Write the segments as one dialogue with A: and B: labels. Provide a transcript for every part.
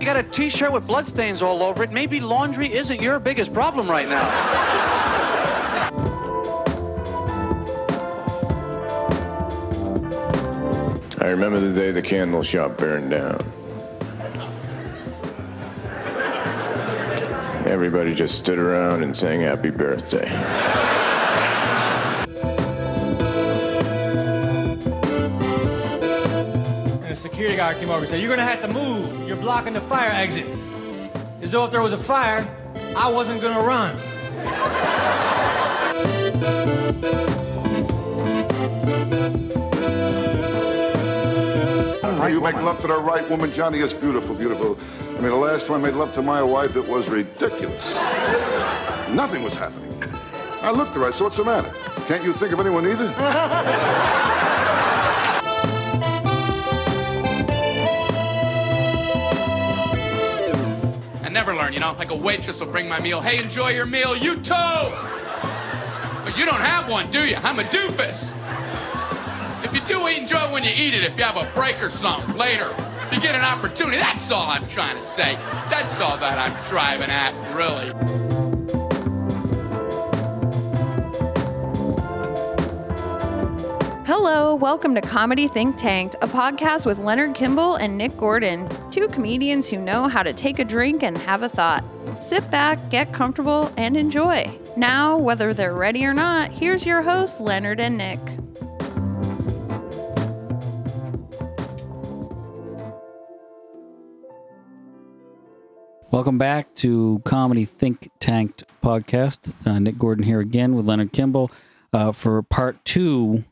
A: got a T-shirt with bloodstains all over it. Maybe laundry isn't your biggest problem right now.
B: I remember the day the candle shop burned down. Everybody just stood around and sang happy birthday.
C: And a security guard came over and said, You're gonna have to move. You're blocking the fire exit. As though if there was a fire, I wasn't gonna run.
D: you make love to the right woman, Johnny? It's beautiful, beautiful. I mean, the last time I made love to my wife, it was ridiculous. Nothing was happening. I looked at her, I said, what's the matter? Can't you think of anyone either?
E: I never learn, you know. Like a waitress will bring my meal. Hey, enjoy your meal. You too. But you don't have one, do you? I'm a doofus. If you do eat, enjoy it when you eat it. If you have a break or something later, if you get an opportunity. That's all I'm trying to say. That's all that I'm driving at, really.
F: Hello, welcome to Comedy Think Tanked, a podcast with Leonard Kimball and Nick Gordon, two comedians who know how to take a drink and have a thought. Sit back, get comfortable, and enjoy. Now, whether they're ready or not, here's your hosts, Leonard and Nick.
G: Welcome back to Comedy Think Tanked podcast. Uh, Nick Gordon here again with Leonard Kimball uh, for part two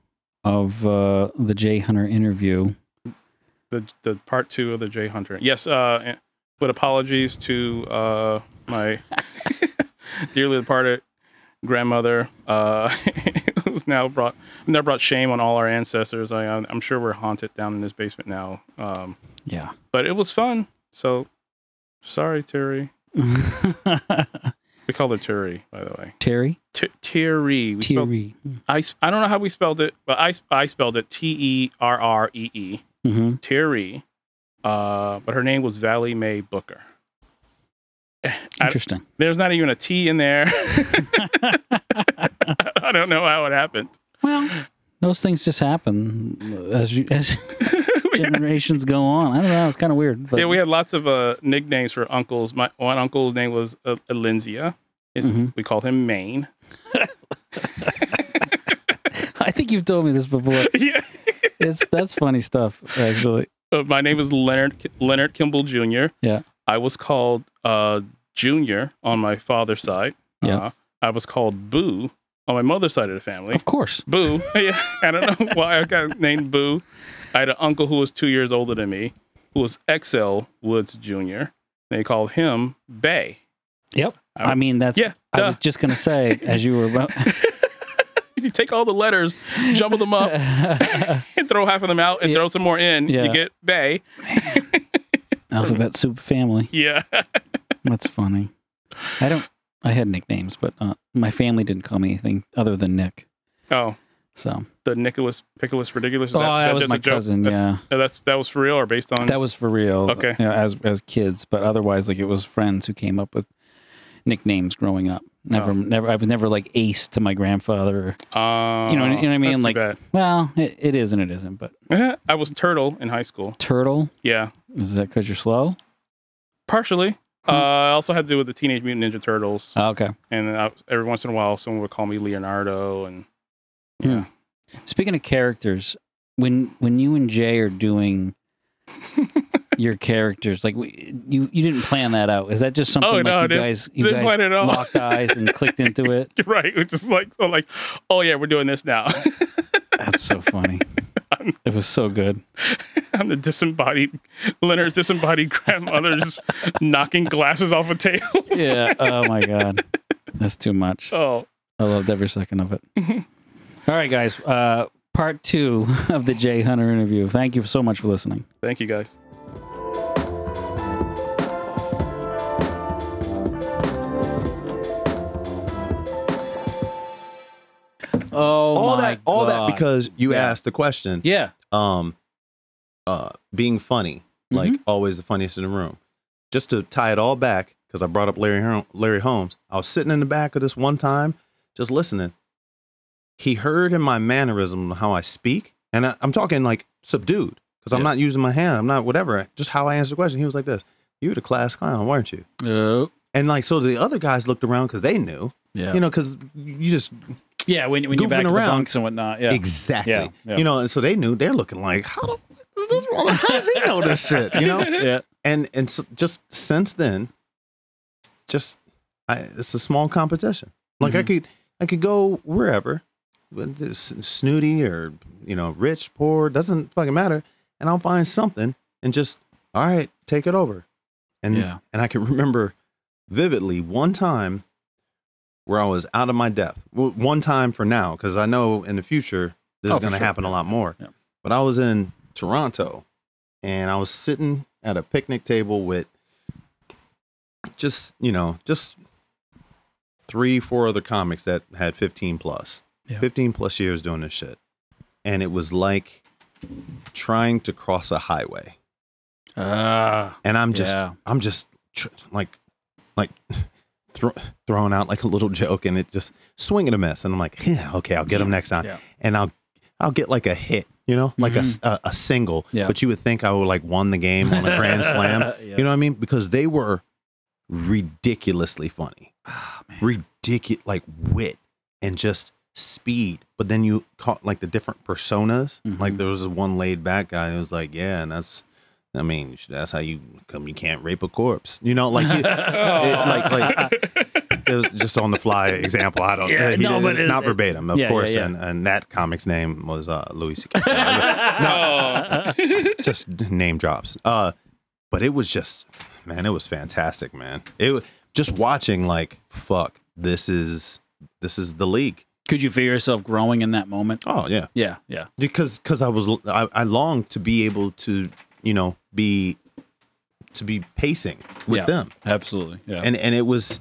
G: of uh, the Jay Hunter interview.
H: the the part two of the Jay Hunter. Yes, uh, with apologies to uh, my dearly departed grandmother, uh, who's now brought now brought shame on all our ancestors. I, I'm sure we're haunted down in this basement now. Um,
G: Yeah.
H: but it was fun. So sorry, Terry. We called her Terry, by the way.
G: Terry? Oh. Mm-hmm.
H: T- Terry. We spelled-
G: Terry.
H: I, s- I don't know how we spelled it, but I, s- I spelled it T E R R E E.
G: Mm-hmm.
H: Terry, uh, but her name was Valley Mae Booker. I,
G: Interesting.
H: there's not even a T in there. I don't know how it happened.
G: well, those things just happen as you, as generations go on. I don't know. It's kind of weird. But
H: yeah, we had lots of uh, nicknames for uncles. My one uncle's name was uh, Alenzia. His-
G: Mhm.
H: We called him Maine.
G: I think you've told me this before.
H: yeah.
G: It's that's funny stuff, actually.
H: Uh, my name is Leonard Ki- Leonard Kimball Jr.
G: Yeah.
H: I was called uh, Junior on my father's side.
G: Yeah.
H: Uh, I was called Boo on my mother's side of the family.
G: Of course.
H: Boo. yeah, I don't know why I got named Boo. I had an uncle who was two years older than me, who was XL Woods Jr. They called him Bay.
G: Yep.
H: I-
G: I mean, that's.
H: Yeah,
G: I
H: duh.
G: was just gonna say as you were about.
H: If you take all the letters, jumble them up, and throw half of them out, and throw some more in,
G: Yeah.
H: you get Bay.
G: Alphabet Soup family.
H: Yeah.
G: That's funny. I don't. I had nicknames, but uh, my family didn't call me anything other than Nick.
H: Oh,
G: So
H: the Nicholas Pickles Ridiculous. Is
G: Oh, that was
H: just
G: my
H: a joke?
G: cousin,
H: That's-
G: yeah.
H: uh, that's that was for real or based on.
G: that was for real.
H: Okay.
G: you know, as as kids, but otherwise, like it was friends who came up with nicknames growing up. Never,
H: Oh.
G: never. I was never like Ace to my grandfather.
H: uh,
G: Or, you know, you know what I mean?
H: that's too
G: like,
H: bad.
G: well, it, it is and it isn't. But
H: I was Turtle in high school.
G: Turtle
H: Yeah,
G: is that because you're slow?
H: partially. Uh, I also had to do with the Teenage Mutant Ninja Turtles.
G: Oh, okay.
H: and then I, every once in a while someone would call me leonardo and yeah
G: Speaking of characters, when when you and Jay are doing your characters, like we- you you didn't plan that out. Is that just something
H: Oh,
G: like
H: no, I
G: you
H: didn't-
G: guys you
H: didn't
G: guys
H: plan it at all.
G: locked eyes and clicked into it?
H: You're right which is like so like oh yeah we're doing this now
G: That's so funny. It was so good.
H: i'm the disembodied leonard's disembodied grandmother just knocking glasses off of tables
G: Yeah. Oh my god, that's too much.
H: oh
G: I loved every second of it. All right, guys. Uh, part two of the Jay Hunter interview. Thank you so much for listening.
H: thank you guys
G: Oh,
I: all
G: my
I: that all
G: God.
I: that because you
G: Yeah.
I: asked the question
G: yeah. Mm-hmm.
I: um uh being funny like always the funniest in the room
H: just to tie it all back, because I brought up Larry Hol- Larry Holmes. I was sitting in the back of this one time, just listening. He heard in my mannerism how I speak, and I, I'm talking like subdued, because I'm
G: Yeah.
H: not using my hand. I'm not whatever. Just how I answer the question. He was like this: "You were the class clown, weren't you?"
G: Oh,
H: And like so, the other guys looked around because they knew,
G: yeah.
H: you know, because you just
G: yeah, when, when you're
H: goofing
G: back in the
H: around.
G: bunks and whatnot. Yeah.
H: exactly,
G: Yeah, yeah.
H: you know. And so they knew they're looking like, how the is this wrong? How does he know this shit? You know.
G: yeah.
H: and and so just since then, just I, it's a small competition. Like I could I could go wherever, with this snooty or you know rich poor doesn't fucking matter, and I'll find something and just all right take it over, and
G: Yeah.
H: and I can remember vividly one time where I was out of my depth. W- One time for now because I know in the future this
G: Oh,
H: is
G: for
H: going to
G: sure.
H: happen a lot more.
G: Yeah.
H: But I was in Toronto and I was sitting at a picnic table with just, you know, just three, four other comics that had 15 plus,
G: Yeah.
H: 15 plus years doing this shit. And it was like trying to cross a highway.
G: Ah.
H: And I'm just,
G: Yeah.
H: I'm just tr- like, like thro- throwing out like a little joke and it just swinging a miss. And I'm like, yeah, okay, I'll get him next time.
G: Yeah.
H: And I'll, I'll get like a hit, you know, like a s- a, a single.
G: Mm-hmm. Yeah.
H: But you would think I would like won the game on a grand slam.
G: Yeah.
H: You know what I mean? Because they were ridiculously funny,
G: Ah, man.
H: ridiculous like wit and just speed. But then you caught like the different personas.
G: Mm-hmm.
H: Like there was this one laid back guy who was like, yeah, and that's. I mean, that's how you come. You can't rape a corpse, you know. Like, you, it, like, like it was just on the fly example. I don't.
G: Yeah,
H: he
G: no,
H: didn't-
G: but it-
H: not verbatim, of
G: yeah, yeah,
H: course.
G: yeah.
H: And, and that comic's name was uh, Louis C.K. just name drops. Uh, but it was just, man, it was fantastic, man. It wa- just watching like, fuck, this is this is the league.
G: Could you feel yourself growing in that moment?
H: Oh yeah,
G: Yeah. Yeah.
H: because because I was I, I longed to be able to you know be to be pacing with
G: Yeah.
H: them,
G: Absolutely. Yeah.
H: and and it was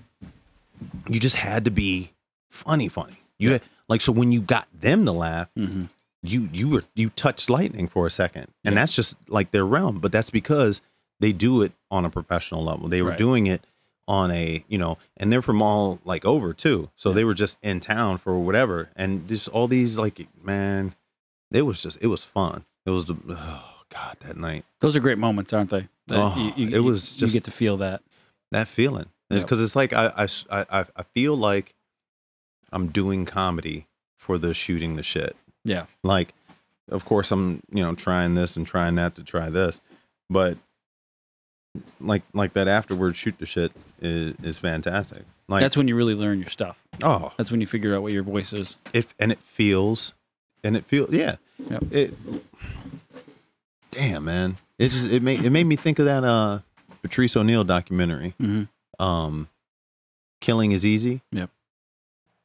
H: you just had to be funny, funny. You had, like so when you got them to laugh,
G: hmm
H: you you were you touched lightning for a second and that's just like their realm but that's because they do it on a professional level they were
G: Right.
H: doing it on a you know and they're from all like over too so they were just in town for whatever and just all these like man it was just it was fun it was the oh god that night
G: Those are great moments, aren't they? That
H: Oh, it was just-
G: you get to feel that.
H: that feeling
G: Yeah.
H: because it's like I, I s- I- I- I feel like i'm doing comedy for the shooting the shit
G: Yeah.
H: like of course i'm you know trying this and trying that to try this but like like that afterward shoot the shit is is fantastic like
G: That's when you really learn your stuff.
H: oh
G: That's when you figure out what your voice is.
H: if and it feels and it feels yeah
G: Yep.
H: it damn man it just it made it made me think of that uh patrice o'neill documentary
G: Mhm.
H: um killing is easy
G: Yep.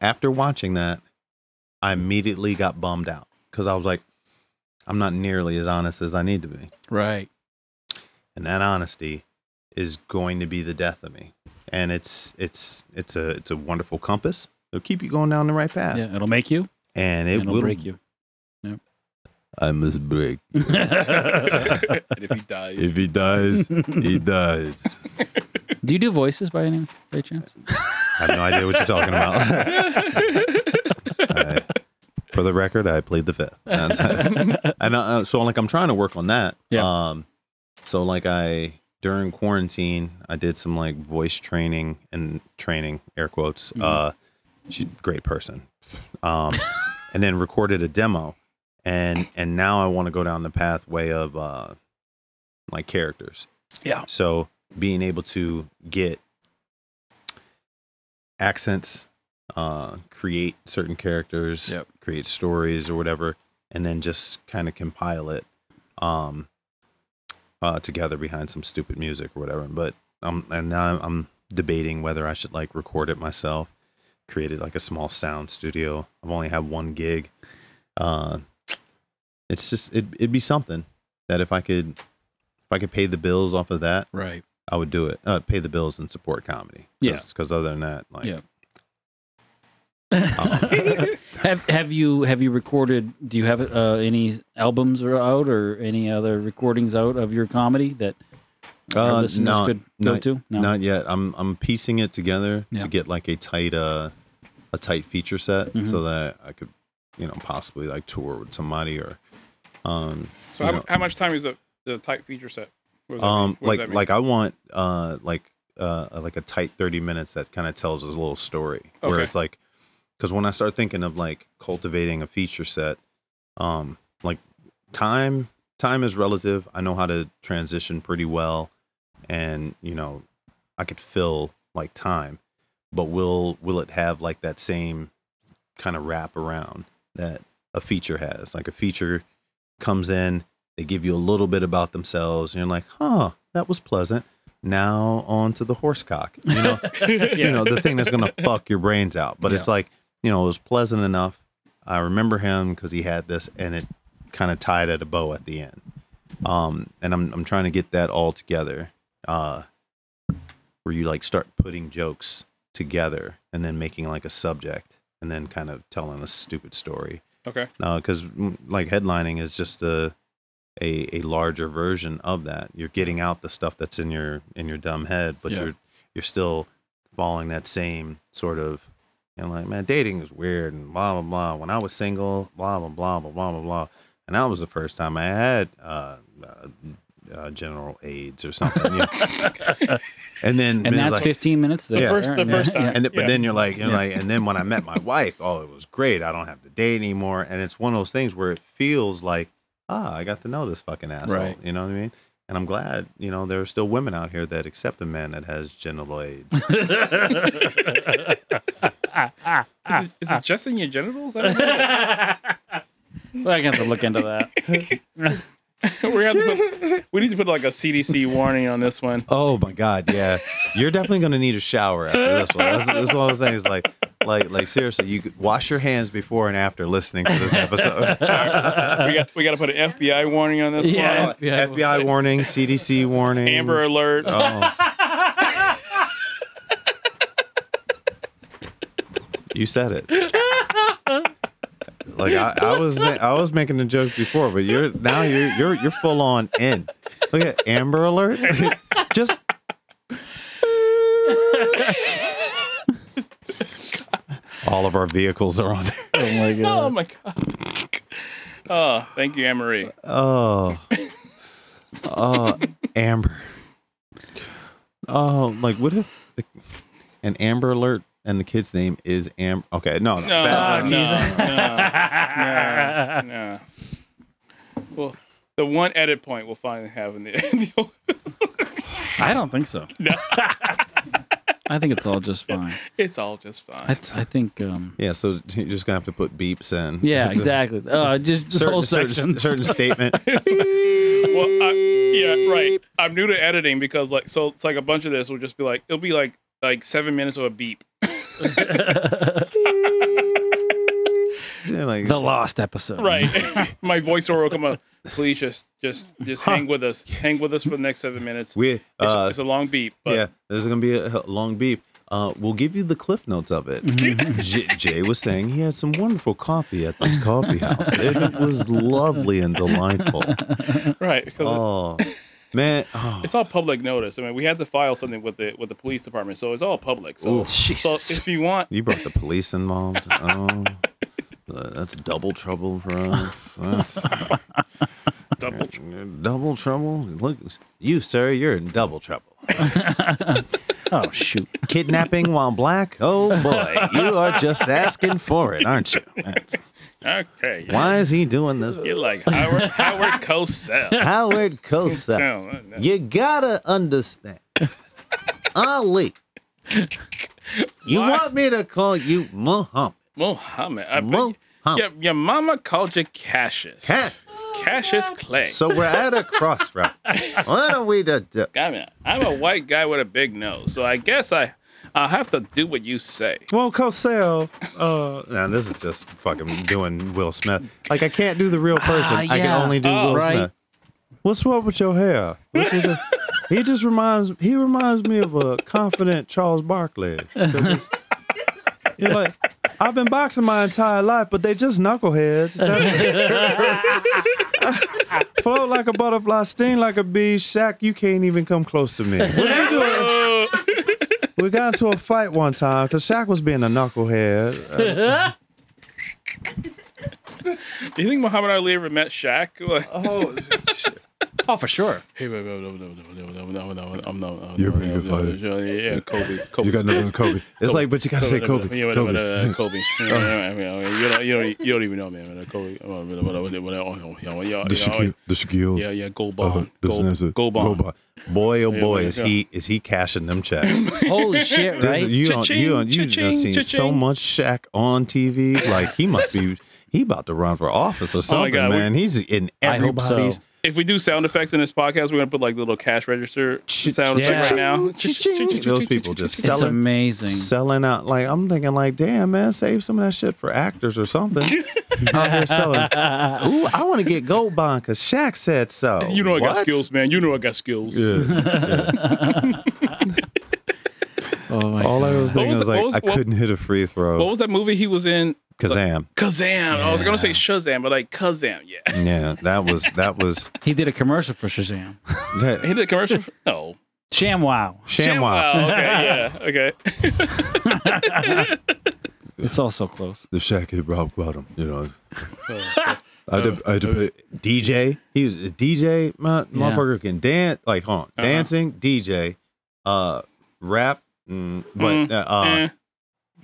H: after watching that i immediately got bummed out because i was like i'm not nearly as honest as i need to be
G: Right.
H: and that honesty is going to be the death of me and it's it's it's a it's a wonderful compass it'll keep you going down the right path
G: Yeah. It'll make you.
H: and
G: It
H: it
G: and it'll
H: will
G: break you.
H: I must break.
J: and if he dies,
H: If he dies, he dies.
G: Do you do voices by any by chance?
H: I have no idea what you're talking about. I- for the record, I played the fifth. And, and, uh, so, like, I'm trying to work on that.
G: Yeah.
H: Um, so, like, I during quarantine, I did some like voice training and training air quotes. Uh, she's a great person. Um, and then recorded a demo, and and now I want to go down the pathway of uh, like characters.
G: Yeah.
H: So being able to get accents, uh, create certain characters,
G: Yep.
H: create stories or whatever, and then just kind of compile it um, uh, together behind some stupid music or whatever. But um, and now I'm, I'm debating whether I should like record it myself. Created like a small sound studio. I've only had one gig. Uh, it's just it, it'd be something that if I could if I could pay the bills off of that,
G: Right.
H: I would do it. Uh, pay the bills and support comedy.
G: Yeah.
H: Because other than that, like,
G: Yeah.
H: uh,
G: Have Have you Have you recorded? Do you have uh, any albums are out or any other recordings out of your comedy that
H: Uh,
G: this and this
H: not,
G: could go
H: not-
G: too? No.
H: not yet. I'm I'm piecing it together
G: Yeah.
H: to get like a tight uh a tight feature set
G: Mm-hmm.
H: so that I could you know possibly like tour with somebody or um
C: So
H: you
C: how,
H: know,
C: how much time is the the type feature set? What does that mean?
H: um
C: What does
H: like
C: that mean?
H: like I want uh like uh like a tight 30 minutes that kind of tells us a little story where
C: Okay.
H: it's like cuz when I start thinking of like cultivating a feature set um like time time is relative. I know how to transition pretty well and you know I could fill like time, but will will it have like that same kind of wrap around that a feature has? Like a feature comes in, they give you a little bit about themselves, and you're like, huh, that was pleasant. Now on to the horsecock. You know, you know, the thing that's gonna fuck your brains out. But it's like, you know, it was pleasant enough. I remember him because he had this and it kind of tied at a bow at the end. Um, and I'm I'm trying to get that all together. Uh where you like start putting jokes together and then making like a subject and then kind of telling a stupid story
C: okay.
H: because like headlining is just a, a a larger version of that you're getting out the stuff that's in your in your dumb head but
G: Yeah.
H: you're you're still following that same sort of and like man dating is weird and blah blah blah when i was single blah blah blah blah blah blah blah and that was the first time i had uh, uh, uh general aids or something you know. and then
G: and
H: Vin's
G: that's
H: like-
G: 15 minutes there.
H: The
C: first- the
G: Yeah.
C: first time.
G: Yeah.
H: and th- but
C: Yeah.
H: then you're like, you're like, and then when I met my wife, oh, it was great. I don't have to date anymore. And it's one of those things where it feels like, ah, I got to know this fucking asshole.
G: Right.
H: You know what I mean? And I'm glad, you know, there are still women out here that accept a man that has genital AIDS.
C: Is it, is it just in your genitals? I don't know.
G: Well, I have to look into that.
C: we, have to put, we need to put like a CDC warning on this one.
H: oh my god, yeah, you're definitely gonna need a shower after this one. That's, that's what I was saying. Is like, like, like seriously, you could wash your hands before and after listening to this episode.
C: we got we got to put an FBI warning on this
G: Yeah.
C: one.
G: FBI.
H: FBI warning, CDC warning,
C: Amber Alert.
H: Oh. you said it. Like I, I was, I was making a joke before, but you're now you're you're you're full on in. Look at Amber Alert. Just. All of our vehicles are on there.
G: Oh my
C: Oh
G: god.
C: my god. Oh, thank you, Anne Marie.
H: Oh. Oh, Amber. Oh, like what if the, an Amber Alert and the kid's name is Amber? Okay, no, no,
C: No,
H: that-
C: no, no, no, no. Well, the one edit point we'll finally have in the,
G: I don't think so. I think it's all just fine.
C: It's all just
G: I,
C: fine.
G: th- I think. Um,
H: yeah. So you're just gonna have to put beeps in.
G: yeah, exactly. Uh, just this
H: Certain,
G: whole
H: certain,
G: section.
H: certain statement.
C: Well, I, yeah, right. I'm new to editing because like so it's like a bunch of this will just be like it'll be like like seven minutes of a beep.
H: Yeah, like,
G: the lost episode.
C: Right. My voiceover will come up. Please just just just hang with us. Hang with us for the next seven minutes.
H: we,
C: it's,
H: uh,
C: it's a long beep, but
H: yeah, there's gonna be a h- long beep. Uh, we'll give you the cliff notes of it. J- Jay was saying he had some wonderful coffee at this coffee house. It was lovely and delightful.
C: right. 'cause
H: Oh man, oh,
C: it's all public notice. I mean, we had to file something with the with the police department, so it's all public. So, so
G: Jesus.
C: if you want,
H: you brought the police involved. Oh, that's double trouble for us. That's
C: double
H: double trouble. Look, you sir, you're in double trouble.
G: Oh shoot.
H: Kidnapping while black. Oh boy, you are just asking for it, aren't you? That's-
C: okay.
H: why is he doing this?
C: You're like Howard Howard Cosell.
H: Howard Cosa.
C: No, no.
H: You gotta understand, Ali. You
C: Why?
H: want me to call you Muhammad?
C: Muhammad. I,
H: Muhammad.
C: your, your mama called you Cassius.
H: Cass-
C: Cassius Clay.
H: So we're at a crossroad. What are we to do?
C: I mean, I'm a white guy with a big nose, so I guess I I'll have to do what you say.
H: Well, Cosell, uh, now this is just fucking doing Will Smith. Like I can't do the real person.
G: Ah,
H: I
G: yeah.
H: can only do
C: Oh,
H: Will
G: right.
H: Smith. What's up with your hair? What's with the- he just reminds he reminds me of a confident Charles Barkley. 'Cause it's- You're like, I've been boxing my entire life, but they just knuckleheads. That's-
I: Float like a butterfly, sting like a bee, Shaq, you can't even come close to me. What you doing? We got into a fight one time because Shaq was being a knucklehead. Uh,
H: Do you think Muhammad Ali ever met Shaq? Like,
I: oh, shit.
G: Oh, for sure.
H: hey, baby, no, no, no, no, no, no, no, I'm not.
K: You're a pretty good fighter.
H: Yeah, Kobe. Kobe.
K: You got nothing on Kobe.
I: It's like, but you got to say Kobe.
H: Yeah,
I: Kobe.
H: whatever, uh, Kobe. Yeah, yeah, yeah, yeah, You don't, you don't, you don't even know, man. Uh, Kobe. Uh, whatever, whatever, whatever, oh, yeah, yeah,
K: The
H: yeah,
K: Shaquille. The Shaquille.
H: Yeah, yeah, gold
K: uh,
H: bond,
K: this and
H: gold,
K: that's it.
H: gold bond.
K: Gold
I: Boy, oh boy,
H: yeah,
I: is
H: yeah.
I: he is he cashing them checks?
G: Holy shit,
I: This-
G: right?
I: You don't, you don't, you
H: Cha-ching,
I: just seen so
H: cha-ching.
I: much Shaq on TV. Like he must be he about to run for office or
G: Oh
I: something,
H: Oh God, we-
I: man. He's in
G: I hope so.
I: everybody's.
H: If we do sound effects in this podcast, we're gonna put like little cash register sound
G: yeah.
H: effects right now.
I: Cha-ching. Those people just
G: It's
I: selling,
G: amazing.
I: selling out. Like I'm thinking, like, damn, man, save some of that shit for actors or something. out here selling. Ooh, I want to get gold bond because Shaq said so.
H: You know I got
I: Oh, What?
H: skills, man. You know I got skills.
K: Yeah. yeah.
G: oh my
I: All I was
H: What
I: thinking
H: was
I: was,
H: the-
I: like,
H: what was-
I: I
H: what-
I: couldn't hit a free
H: What
I: throw.
H: was that movie he was in?
I: Kazam.
H: Kazam. I was gonna say Shazam, but like Kazam. Yeah.
I: Yeah, that was that was
G: He did a commercial for Shazam.
I: that,
H: He did a commercial. For, no.
G: Sham Wow.
I: ShamWow.
H: Oh, okay. Yeah. Okay.
G: It's all so close.
K: The Shaq hit rock bottom. You know. I deb- I debate.
I: DJ. He was a DJ. My motherfucker can dance. Like, hold on,
H: Uh-huh.
I: dancing, DJ, uh, rap, mm, but uh,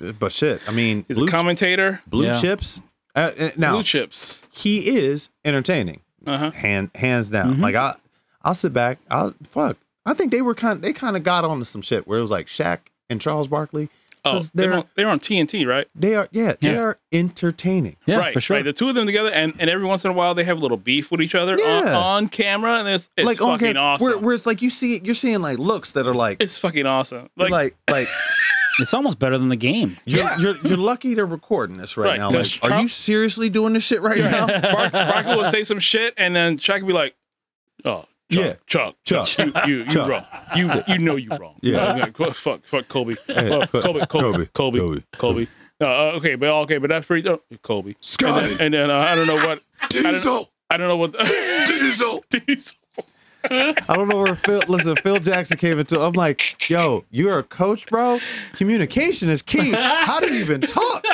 I: uh, but shit. I mean,
H: mm. He's
I: blue,
H: a
I: ch-
H: commentator.
I: blue
G: Yeah.
I: chips. Uh, uh, now
H: Blue chips.
I: he is entertaining,
H: Uh huh.
I: hand hands down.
G: Mm-hmm.
I: Like I, I'll sit back. I'll fuck. I think they were kind. They kind of got onto some shit where it was like Shaq and Charles Barkley.
H: Oh,
I: 'cause
H: they're
I: they're
H: on, they're on TNT, right?
I: they are yeah, they
G: Yeah.
I: are entertaining.
G: Yeah,
H: right,
G: for sure.
H: Right. The two of them together, and, and every once in a while they have a little beef with each other on,
I: Yeah.
H: on camera, and it's, it's
I: on
H: fucking
I: camera,
H: awesome.
I: Where, where it's like you see it, you're seeing like looks that are like
H: it's fucking awesome. Like,
I: like like
G: It's almost better than the game.
I: You're, you're you're lucky they're recording this right,
H: Right,
I: now.
H: 'cause
I: Like, are
H: Trump-
I: you seriously doing this shit right now?
H: Bark, Barkley will say some shit, and then Chuck would be like, "Oh, Chuck,
I: Yeah.
H: Chuck, Chuck,
I: Chuck.
H: you, you, you
I: Chuck.
H: wrong. You, you know you wrong.
I: Yeah.
H: Uh, like, "Well, fuck, fuck, Kobe, Well,
I: fuck-
H: Kobe, Kobe, Kobe,
K: Kobe,
H: Kobe,
K: Kobe.
H: Uh, uh, okay, but okay, but that's free throw, Kobe,
K: Scotty.
H: and then uh, I don't know what
K: Diesel.
H: I don't know what Diesel, Diesel.
I: I don't know where Phil. Listen, Phil Jackson came into. I'm like, yo, you're a coach, bro. Communication is key. How do you even talk?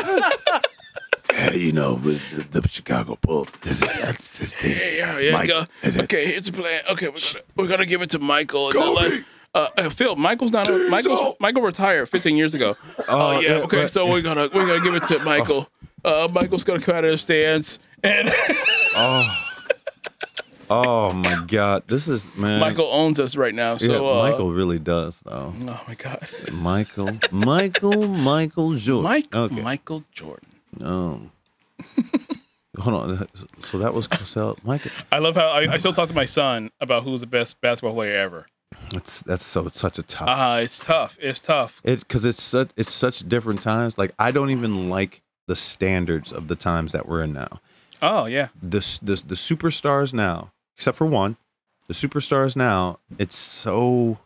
K: Hey, you know, with the Chicago Bulls. This is, that's his thing.
H: Yeah, yeah.
K: Mike,
H: go.
K: and then-
H: Okay, here's the plan. Okay, we're gonna we're gonna give it to Michael. And then like, uh, uh, Phil, Michael's not.
K: Diesel.
H: Michael Michael retired 15 years ago. Oh
I: Oh,
H: yeah.
I: yeah,
H: Okay,
I: but- Oh.
H: so we're gonna we're gonna give it to Michael. Uh, Michael's gonna come out of the stands, and
I: Oh my god, this is man.
H: Michael owns us right now. So
I: yeah,
H: uh,
I: Michael really does though.
H: Oh my God,
I: Michael, Michael, Michael Jordan.
H: Mike
I: Okay.
H: Michael Jordan.
I: Um, hold on. So that was Cosell. Michael.
H: I love how I, I still talk to my son about who's the best basketball player ever.
I: That's that's so such a tough.
H: Uh, it's tough. It's tough.
I: it because it's such it's such different times. Like I don't even like the standards of the times that we're in now.
H: Oh yeah.
I: The s- the the superstars now, except for one, the superstars now. It's so.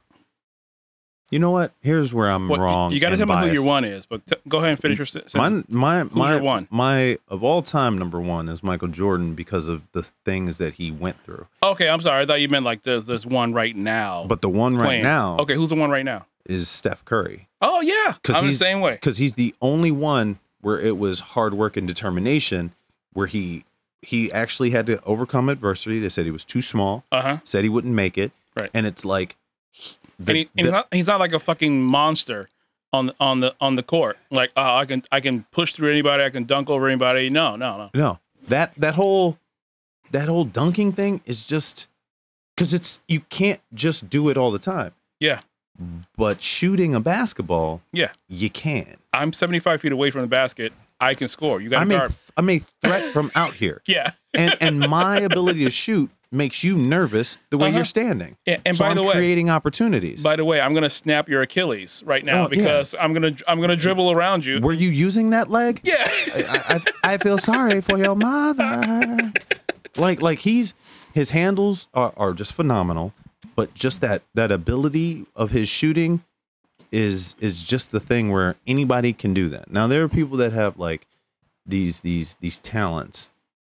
I: You know what? Here's where I'm
H: What-
I: wrong.
H: You got to
I: and
H: tell me who
I: biased.
H: your one is, but t- go ahead and finish your. sen-
I: My
H: sentence.
I: my my
H: your one?
I: my of all time number one is Michael Jordan because of the things that he went through.
H: Okay, I'm sorry. I thought you meant like there's there's one right now.
I: But the one right
H: playing.
I: now
H: Okay, who's the one right now?
I: is Steph Curry.
H: Oh yeah, I'm the
I: he's-
H: same way.
I: Because he's the only one where it was hard work and determination, where he he actually had to overcome adversity. They said he was too small,
H: Uh huh.
I: said he wouldn't make it,
H: Right.
I: and it's like he- the-
H: And, he, and he's,
I: the-
H: not, he's not like a fucking monster on the on the on the court. Like oh, I can I can push through anybody. I can dunk over anybody. No, no, no.
I: no that that whole that whole dunking thing is just because it's you can't just do it all the time.
H: Yeah,
I: But shooting a basketball,
H: yeah.
I: you can.
H: I'm 75 feet away from the basket. I can score. You got to
I: I'm a,
H: guard.
I: I'm a threat from out here,
H: Yeah.
I: and and my ability to shoot makes you nervous the way
H: Uh-huh.
I: you're standing.
H: Yeah, and
I: so
H: by
I: I'm
H: the way-
I: creating opportunities.
H: By the way, I'm gonna snap your Achilles right
I: Oh,
H: now
I: yeah.
H: because I'm gonna I'm gonna dribble around you.
I: Were you using that leg?
H: yeah.
I: I, I, I feel sorry for your mother. Like like he's his handles are, are just phenomenal, but just that that ability of his shooting is is just the thing where anybody can do that. Now there are people that have like these these these talents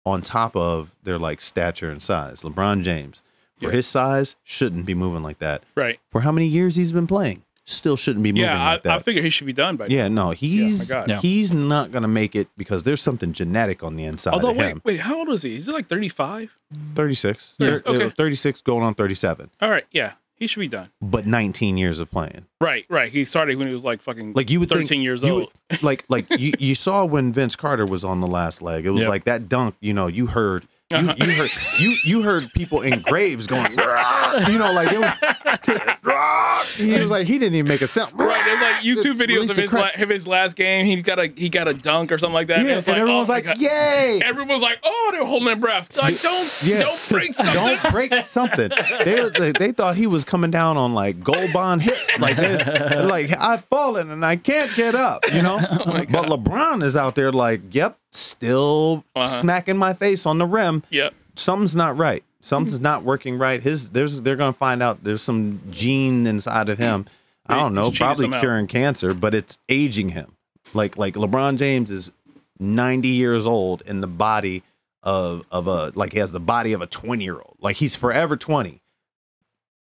I: on top of their like stature and size. LeBron James, for
H: Yeah.
I: his size, shouldn't be moving like that.
H: Right.
I: For how many years he's been playing, still shouldn't be moving
H: Yeah, I,
I: like that.
H: I figure he should be done by now.
I: yeah, no, he's
H: God.
G: Yeah.
I: he's not gonna make it because there's something genetic on the inside
H: Although
I: of
H: wait,
I: him.
H: wait, how old is he? Is he like 35?
I: 36,
H: Yeah,
I: Thir-
H: okay.
I: 36 going on 37,
H: All right, yeah. He should be done.
I: but 19 years of playing.
H: Right, right. He started when he was like fucking
I: like you would
H: 13
I: think,
H: years
I: you
H: old.
I: would- like like you, you saw when Vince Carter was on the last leg. It was
H: Yeah.
I: like that dunk. You know, you heard. You,
H: Uh-huh.
I: you heard you you heard people in graves going, "Rah!" you know, like it was, "Rah!" he was like he didn't even make a sound.
H: Right, there's like
I: Just
H: YouTube videos
I: release
H: of
I: the
H: his
I: crap.
H: la- of his last game. He got a he got a dunk or something like that.
I: Yeah,
H: it's
I: and everyone's
H: oh my
I: like,
H: God.
I: "Yay!"
H: Everyone's like, oh, they're holding their breath. Like, don't
I: Yeah,
H: don't break
I: just
H: something.
I: Don't break something. They, were- they they thought he was coming down on like gold bond hips, like they- they're like I've fallen and I can't get up, you know. but LeBron is out there like, yep, still
H: Uh-huh.
I: smacking my face on the rim.
H: Yeah,
I: something's not right. Something's not working right. His there's they're gonna find out there's some gene inside of him. I don't know,
H: He's cheating
I: probably
H: somehow.
I: curing cancer, but it's aging him. Like like LeBron James is 90 years old in the body of of a like he has the body of a 20 year old. Like he's forever 20,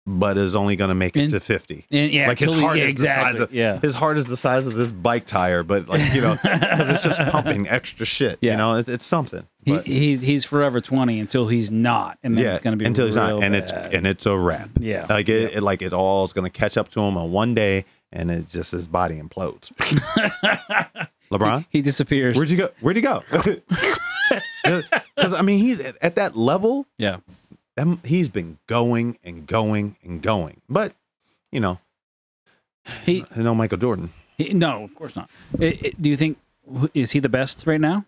I: but is only gonna make it
G: And-
I: to 50.
G: And, yeah,
I: like his
G: totally-
I: heart
G: yeah,
I: is
G: exactly.
I: the size of
G: yeah.
I: his heart is the size of this bike tire, but like you know, because it's just pumping extra shit.
G: Yeah.
I: You know, it, it's something.
G: He,
I: But-
G: he's he's forever twenty until he's not, and then it's gonna be
I: until he's not,
G: real
I: and it's Uh,
G: bad.
I: and it's a wrap.
G: Yeah.
I: like it, it like it all is gonna catch up to him on one day, and it just his body implodes. LeBron,
G: he disappears.
I: where'd you go? Where'd he go? Because I mean, he's at, at that level.
G: yeah,
I: that- He's been going and going and going, but you know,
G: he,
I: no Michael Jordan.
G: he- no, of course not. I- I- do you think is he the best right now?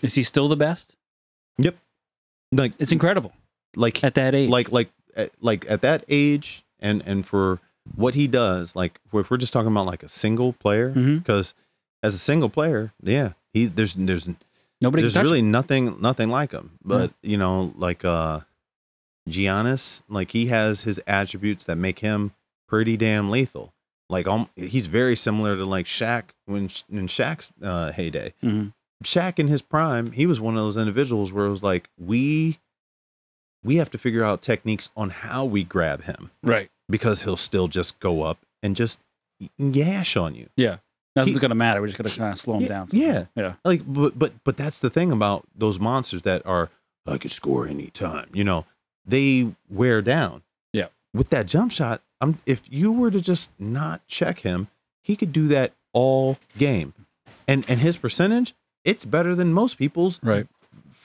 G: Is he still the best?
I: Yep. Like
G: It's incredible
I: like
G: at that age.
I: like like at, like at that age and and for what he does like if we're just talking about like a single player
G: Mhm.
I: because as a single player yeah he there's there's
G: nobody
I: there's
G: can touch
I: really
G: him.
I: nothing nothing like him but you know like uh Giannis like he has his attributes that make him pretty damn lethal like um, he's very similar to like Shaq when in Shaq's uh, heyday
G: Mhm.
I: Shaq in his prime, he was one of those individuals where it was like we we have to figure out techniques on how we grab him
G: right.
I: because he'll still just go up and just yash on you.
G: Nothing's
I: he-
G: gonna matter. We're just gonna kind of slow him
I: Yeah,
G: down.
I: yeah.
G: yeah.
I: Like but but but that's the thing about those monsters that are I could score any time. You know, they wear down.
G: Yeah.
I: With that jump shot, I'm if you were to just not check him, he could do that all game. And and his percentage, it's better than most people's
G: Right.
I: f-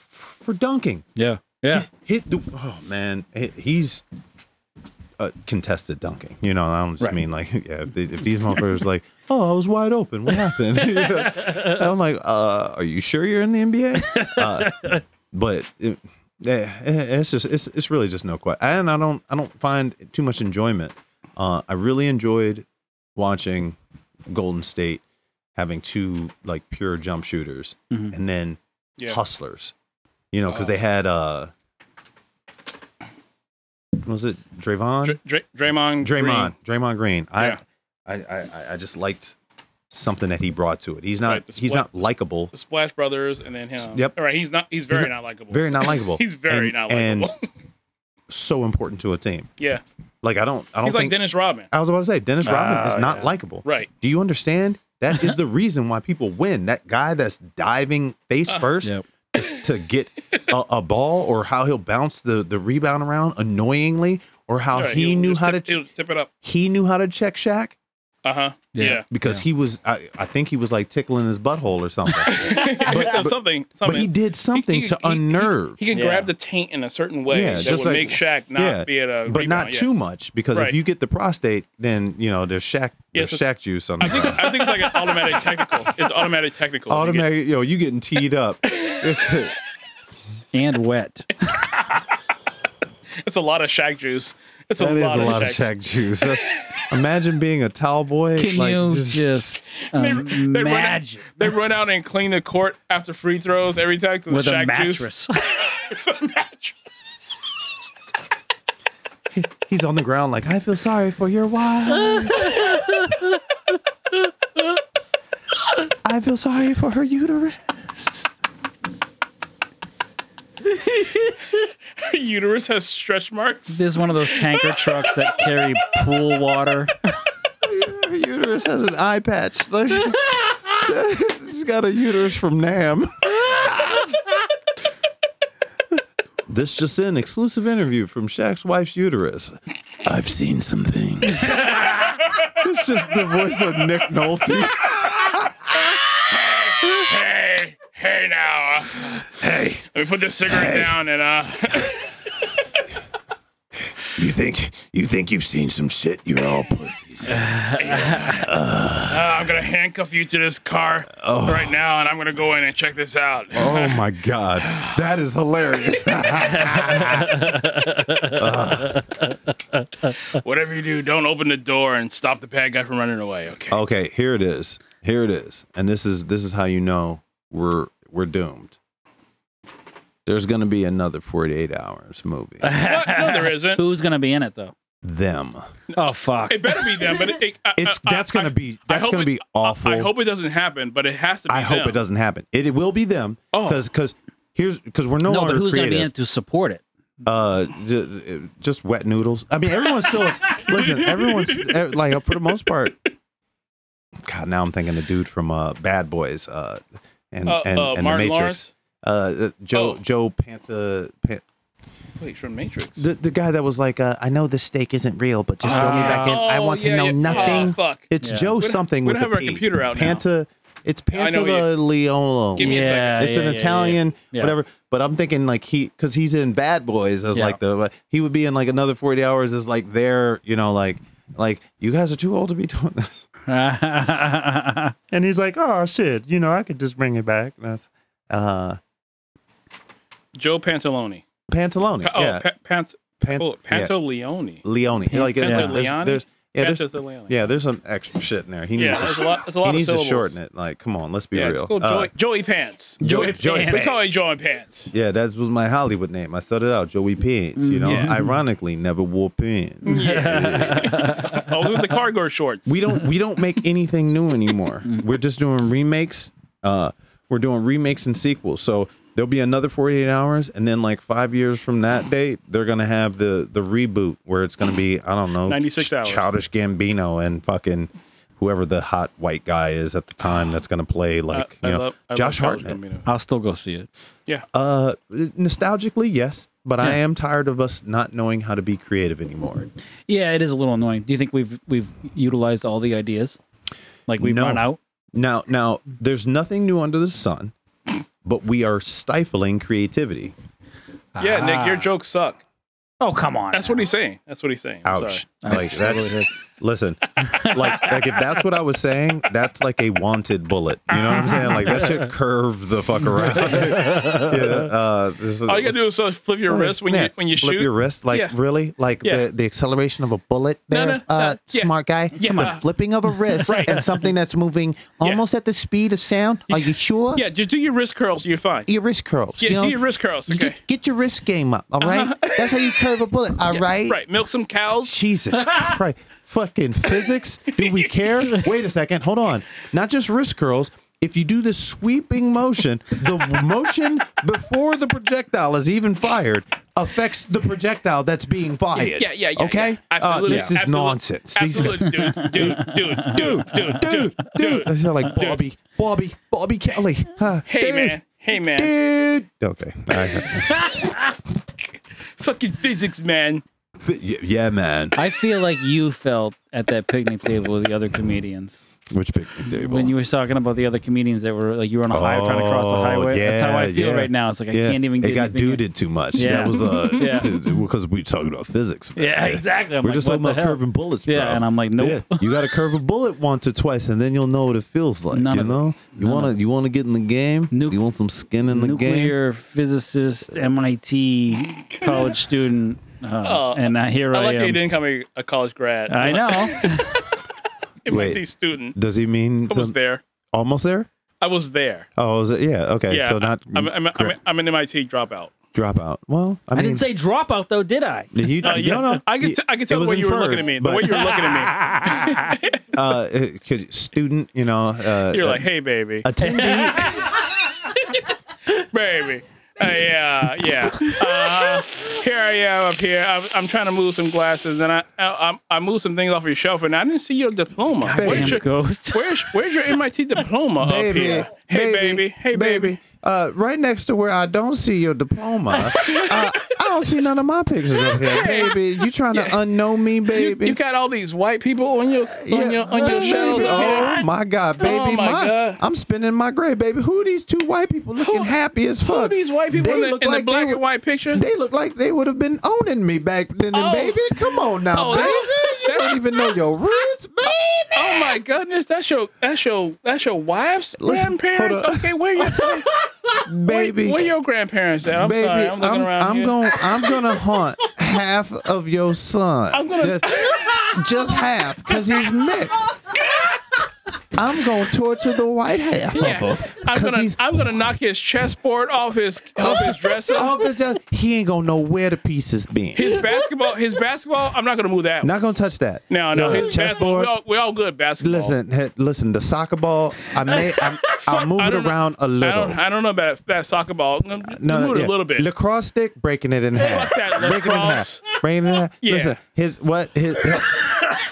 I: for dunking.
G: Yeah. Yeah.
I: hit the oh man he- he's uh, contested dunking you know i don't just
G: Right.
I: mean like yeah if, they, if these motherfuckers like oh i was wide open what happened You know? i'm like uh are you sure you're in the nba uh, but it, eh, eh, it's just it's, it's really just no question and i don't i don't find too much enjoyment uh i really enjoyed watching golden state having two like pure jump shooters
G: Mhm.
I: and then
H: yeah. Uh-huh.
I: hustlers. You know, because they had uh, was it Drayvon?
H: Dr- Dr- Draymond.
I: Draymond, Draymond Green. I,
H: Yeah.
I: I, I, I- I just liked something that he brought to it. He's not,
H: Right, the
I: he's
H: split-
I: not likable.
H: the Splash Brothers, and then him.
I: Yep.
H: All right, he's not. He's very
I: not-
H: not, likable.
I: Very not likable.
H: He's very
I: and,
H: not
I: and
H: likable.
I: so important to a team.
H: yeah,
I: Like I don't, I don't
H: he's like
I: think
H: Dennis Rodman.
I: I was about to say Dennis Rodman is
G: Oh,
I: not
G: yeah.
I: likable.
H: Right.
I: Do you understand? That is the reason why people win. That guy that's diving face first
G: Yep.
I: just to get a, a ball, or how he'll bounce the, the rebound around annoyingly, or how
H: Right,
I: he
H: he'll
I: knew
H: just
I: how
H: tip,
I: to
H: he'll
I: ch-
H: tip it up.
I: he knew how to check Shaq
H: Uh huh.
G: Yeah.
H: Yeah.
I: because he was I, I think he was like tickling his butthole or something.
H: No, something. Something.
I: but he did something
H: he-
I: to
H: he-
I: unnerve.
H: He can
G: Yeah.
H: grab the taint in a certain way
I: Yeah,
H: that
I: just
H: would
I: like-
H: make Shaq not
I: yeah,
H: be at a.
I: but
H: rebound,
I: not
H: yeah.
I: too much because if
H: Right.
I: you get the prostate, then you know there's Shaq
H: Yeah,
I: there's
H: so-
I: Shaq juice on the
H: I think I think it's like an automatic technical. It's automatic technical. You get-
I: automatic. Yo, you getting teed up.
G: And wet.
H: It's a lot of Shaq juice. It's
I: That
H: a
I: is
H: lot
I: a
H: of
I: lot of
H: Shaq.
I: Shaq juice. That's, imagine being a towel boy.
G: Can
I: like,
G: you just um, imagine
H: They run, out, they run out and clean the court after free throws every time to the
G: with
H: Shaq
G: a mattress?
H: juice.
I: He's on the ground like I feel sorry for your wife. I feel sorry for her uterus.
H: uterus has stretch marks.
G: This is one of those tanker trucks that carry pool water.
I: Her uterus has an eye patch. Like, she's got a uterus from Nam. this just in exclusive interview from Shaq's wife's uterus.
K: I've seen some things.
I: It's just the voice of Nick Nolte.
H: Hey, hey now.
K: hey,
H: Let me put this cigarette
K: Hey.
H: down and uh
K: you think you think you've seen some shit? You're all pussies.
H: Uh, I'm gonna handcuff you to this car
K: Oh.
H: right now, and I'm gonna go in and check this out.
I: Oh my god, that is hilarious.
H: Whatever you do, don't open the door and stop the bad guy from running away. Okay.
K: Oh.
I: okay, here it is. Here it is. And this is this is how you know we're we're doomed. There's going to be another 48 hours movie.
H: What? No, there isn't.
G: Who's gonna be in it though?
I: Them.
G: Oh fuck!
H: It better be them, but it, it, I-
I: It's
H: I-
I: that's going
H: I-
I: to be
H: I
I: that's
H: hope
I: going to
H: it-
I: be awful.
H: I hope it doesn't happen, but it has to be.
I: I hope
H: them.
I: it doesn't happen. It, it will be them
H: Oh.
I: because because here's because we're no,
G: no,
I: longer
G: but who's
I: creative.
G: gonna be in it to support it?
I: uh, just, just wet noodles. I mean, everyone's still listen. Everyone's eh, like for the most part. God, now I'm thinking the dude from uh, Bad Boys uh, and
H: Uh,
I: and,
H: uh,
I: and the
H: Martin
I: Matrix.
H: Lawrence?
I: Uh, Uh, Joe
H: Oh.
I: Joe Panta, Pan-
H: Wait, from Matrix.
I: the the guy that was like, uh, I know this steak isn't real, but just throw me back in.
H: Ah.
I: I want
H: Oh, yeah,
I: to know
H: yeah,
I: nothing.
H: yeah, fuck.
I: It's
G: Yeah.
I: Joe
H: don't-
I: something
H: we
I: with
H: don't have
I: a
H: our
I: P.
H: computer out now.
I: Panta, it's
H: I know
I: Panta
H: who
I: the Leolo.
H: Give me a
G: Yeah,
I: It's
G: yeah,
I: an
G: yeah, yeah, yeah.
I: Italian,
G: Yeah.
I: whatever. But I'm thinking like he, because he's in Bad Boys as
G: Yeah.
I: like the he would be in like another 40 hours as like their, you know, like like you guys are too old to be doing this.
G: uh,
L: And he's like, oh shit, you know, I could just bring it back.
I: And I was, Uh,
H: Joe Pantalone.
I: Pantalone,
H: Pa- oh,
I: yeah,
H: pa- Pant-
I: Pan-
H: oh,
I: yeah.
H: Pantaleone.
I: Leone, like
G: Panta
I: yeah, there's,
H: Leone?
I: there's yeah, there's
H: Panta Leone.
I: yeah, there's some extra shit in there. He
H: Yeah,
I: needs
H: there's
I: to,
H: a lot. There's a
I: he
H: lot of
I: needs to
H: syllables.
I: shorten it. Like, come on, let's be
H: Yeah,
I: real.
H: cool.
I: Uh,
H: Joey, Joey Pants.
I: Joey, Joey
H: We
I: Pants.
H: call you Joey Pants.
I: Yeah, that was my Hollywood name. I started out Joey Pants. You know,
H: Yeah.
I: ironically, never wore pants.
H: Oh, with the cargo shorts.
I: we don't we don't make anything new anymore. we're just doing remakes. Uh, we're doing remakes and sequels. So there'll be another 48 hours, and then like five years from that date, they're gonna have the the reboot where it's gonna be I don't know
H: 96 hours.
I: Childish Gambino and fucking whoever the hot white guy is at the time that's gonna play like
H: Uh, I
I: you know
H: love- I love
I: Josh
H: Childish
I: Hartnett.
H: Gambino.
G: I'll still go see it.
H: Yeah.
I: Uh, nostalgically, yes, but I am tired of us not knowing how to be creative anymore.
G: Yeah, it is a little annoying. Do you think we've we've utilized all the ideas? Like we've
I: No.
G: run out.
I: Now, now, there's nothing new under the sun, but we are stifling creativity.
H: Yeah, Nick, your jokes suck.
G: Ah. Oh come on!
H: That's what he's saying. That's what he's saying. I'm
I: Ouch!
H: sorry.
I: Like that's listen, like like if that's what I was saying, that's like a wanted bullet. You know what I'm saying? Like that should curve the fuck around. yeah. Uh, this is-
H: All you gotta do is uh, flip your wrist when
I: Yeah,
H: you when you
I: flip
H: shoot.
I: your wrist, like
H: Yeah.
I: really, like
H: Yeah.
I: the, the acceleration of a bullet
H: No,
I: there,
H: no, no,
I: uh,
H: yeah.
I: smart guy.
H: Yeah. Uh,
I: the flipping of a wrist
H: Right.
I: and something that's moving almost at the speed of sound. Are you sure?
H: Yeah, just do your wrist curls. You're fine.
I: Your wrist curls.
H: Yeah,
I: you know?
H: do your wrist curls. Okay. Uh-huh.
I: Get, get your wrist game up, all right? That's how you curve a bullet, all right?
H: Right. Milk some cows.
I: Jesus Christ. Fucking physics? Do we care? Wait a second. Hold on. Not just wrist curls. If you do this sweeping motion, the motion before the projectile is even fired affects the projectile that's being fired.
H: Yeah, yeah, yeah.
I: Okay?
H: yeah.
I: Uh,
H: Absolutely.
I: this is
H: Absolutely.
I: nonsense. These guys-
H: Absolutely, dude, dude, dude, dude, dude, dude, dude,
I: This is like Bobby, Bobby, Bobby Kelly. Huh,
H: Hey
I: dude,
H: man, hey man,
I: Dude. Okay. I got some-
H: fucking physics, man.
K: Y- yeah, man.
G: I feel like you felt at that picnic table with the other comedians
I: Which picnic table?
G: when you were talking about the other comedians that were like you were on a high trying to cross the
I: Oh,
G: highway. That's how I
I: yeah,
G: feel
I: yeah.
G: right now. It's like I
I: Yeah,
G: can't even.
I: It
G: get
I: got
G: anything in.
I: duded too much.
G: Yeah.
I: That was uh,
G: Yeah.
I: because we talking about physics. man.
G: Yeah, exactly. I'm
I: We're
G: like,
I: just
G: what
I: talking
G: the
I: about
G: hell?
I: curving bullets.
G: Yeah,
I: bro.
G: and I'm like, nope.
I: you got to curve a bullet once or twice, and then you'll know what it feels like.
G: None
I: you
G: of it.
I: know, you want to you want to get in the game.
G: Nuc-
I: you want some skin in the game.
G: Nuclear physicist, MIT college student, uh, and I here
H: Oh. I
G: I,
H: like how you
G: am.
H: didn't call me a college grad.
G: I know.
H: MIT
I: Wait.
H: student.
I: Does he mean
H: I was
I: some-
H: there.
I: almost there?
H: I was there.
I: Oh, is it? Yeah. Okay.
H: Yeah.
I: so not
H: I'm, I'm, I'm,
I: correct.
H: I'm an MIT dropout.
I: dropout. Well, I,
G: I
I: mean,
G: didn't say dropout though, did I?
I: He,
H: Uh, yeah.
I: No, no.
H: I could,
I: It-
H: t- I could
I: it
H: tell the
I: was
H: way you were
I: inferred,
H: looking at me. The
I: but,
H: way you were looking at
I: uh, it- 'cause student, you know, uh,
H: me. You're like, hey, baby,
I: attendee.
H: baby, yeah, yeah. Uh, here I am up here. I'm, I'm trying to move some glasses, and I I, I I moved some things off your shelf, and I didn't see your diploma.
I: Goddamn
H: your
G: ghost?
H: Where's where's your MIT diploma up
I: Baby,
H: here? Hey baby, hey baby.
I: Uh, right next to where I don't see your diploma, uh, I don't see none of my pictures up here. Baby, you trying to unknow me, baby?
H: You got all these white people on your on your on your
I: Baby,
H: shelves. up
I: Oh
H: here.
I: my God, baby!
H: Oh, my God.
I: I'm spinning my grave, baby. Who are these two white people looking happy as fuck?
H: Who are these white people in the, in the black
I: they
H: and white picture?
I: would, They look like they would have been owning me back then,
H: Oh.
I: baby. Come on now,
H: Oh,
I: baby.
H: that's-
I: You
H: that's-
I: don't even know your roots, baby.
H: Oh my goodness, that's your that's your that's your wife's
I: Listen, hold
H: grandparents.
I: up.
H: Okay, where your
I: baby.
H: where, where your grandparents at? I'm
I: baby,
H: sorry, I'm looking around
I: I'm
H: here.
I: gonna I'm gonna haunt half of your son.
H: I'm gonna-
I: just, just half, cause he's mixed. I'm gonna torture the white half
H: Yeah.
I: of him.
H: I'm
I: 'cause
H: gonna
I: he's-
H: I'm gonna knock his chessboard off his off his dresser.
I: All this just- he ain't gonna know where the pieces been.
H: His basketball, his basketball. I'm not gonna move that.
I: Not gonna touch that.
H: No, no,
I: The
H: his basketball. We all, we all good basketball.
I: Listen, he- listen. The soccer ball, I may, I, I'll move
H: I
I: it
H: don't know-
I: around a
H: I
I: little.
H: don't, I don't know about that soccer ball. No, move it
I: yeah.
H: a little bit.
I: Lacrosse stick, breaking it in half.
H: Fuck that
I: breaking it in half.
H: lacrosse.
I: Breaking it in half.
H: Yeah.
I: Listen, his what his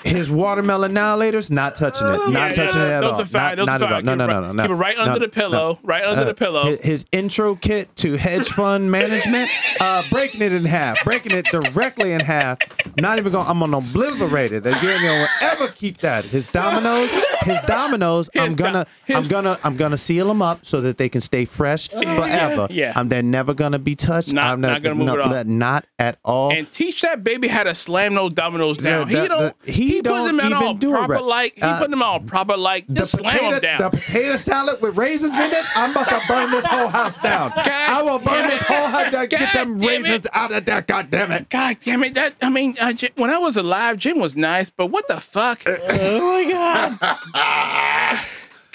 I: his watermelon annihilators, not touching it. Not
H: Yeah,
I: touching
H: yeah,
I: it at
H: those
I: all.
H: are fine,
I: Not,
H: those
I: not
H: are
I: at all.
H: fine.
I: No,
H: Keep
I: no,
H: it
I: no,
H: right-
I: no, no.
H: keep it right
I: no,
H: under the pillow, right under the pillow.
I: His, his intro kit to hedge fund management, uh, breaking it in half, breaking it directly in half. Not even going. I'm gonna obliterate it. Again, you will ever keep that. His dominoes, his dominoes. I'm
H: His do-
I: gonna, I'm
H: his-
I: gonna, I'm gonna seal them up so that they can stay fresh forever.
H: Yeah.
I: I'm. They're never gonna be touched.
H: Not-
I: I'm
H: not gonna move
I: no,
H: it off.
I: that- Not at all.
H: and teach that baby how to slam those dominoes
I: Yeah,
H: down. he
I: that-
H: don't.
I: that- he
H: he, put
I: don't
H: them out
I: even
H: all
I: do it
H: proper
I: right.
H: like. He
I: Uh,
H: put them all proper like. Just slam them down.
I: the potato salad with raisins in it. I'm about to burn this whole house down. I will burn
H: damn
I: this
H: it.
I: whole house down. Get
H: God
I: them
H: damn it.
I: raisins out of there. God damn it.
H: God damn it! That I mean, uh, J- when I was alive, Jim was nice, but what the fuck? oh my god!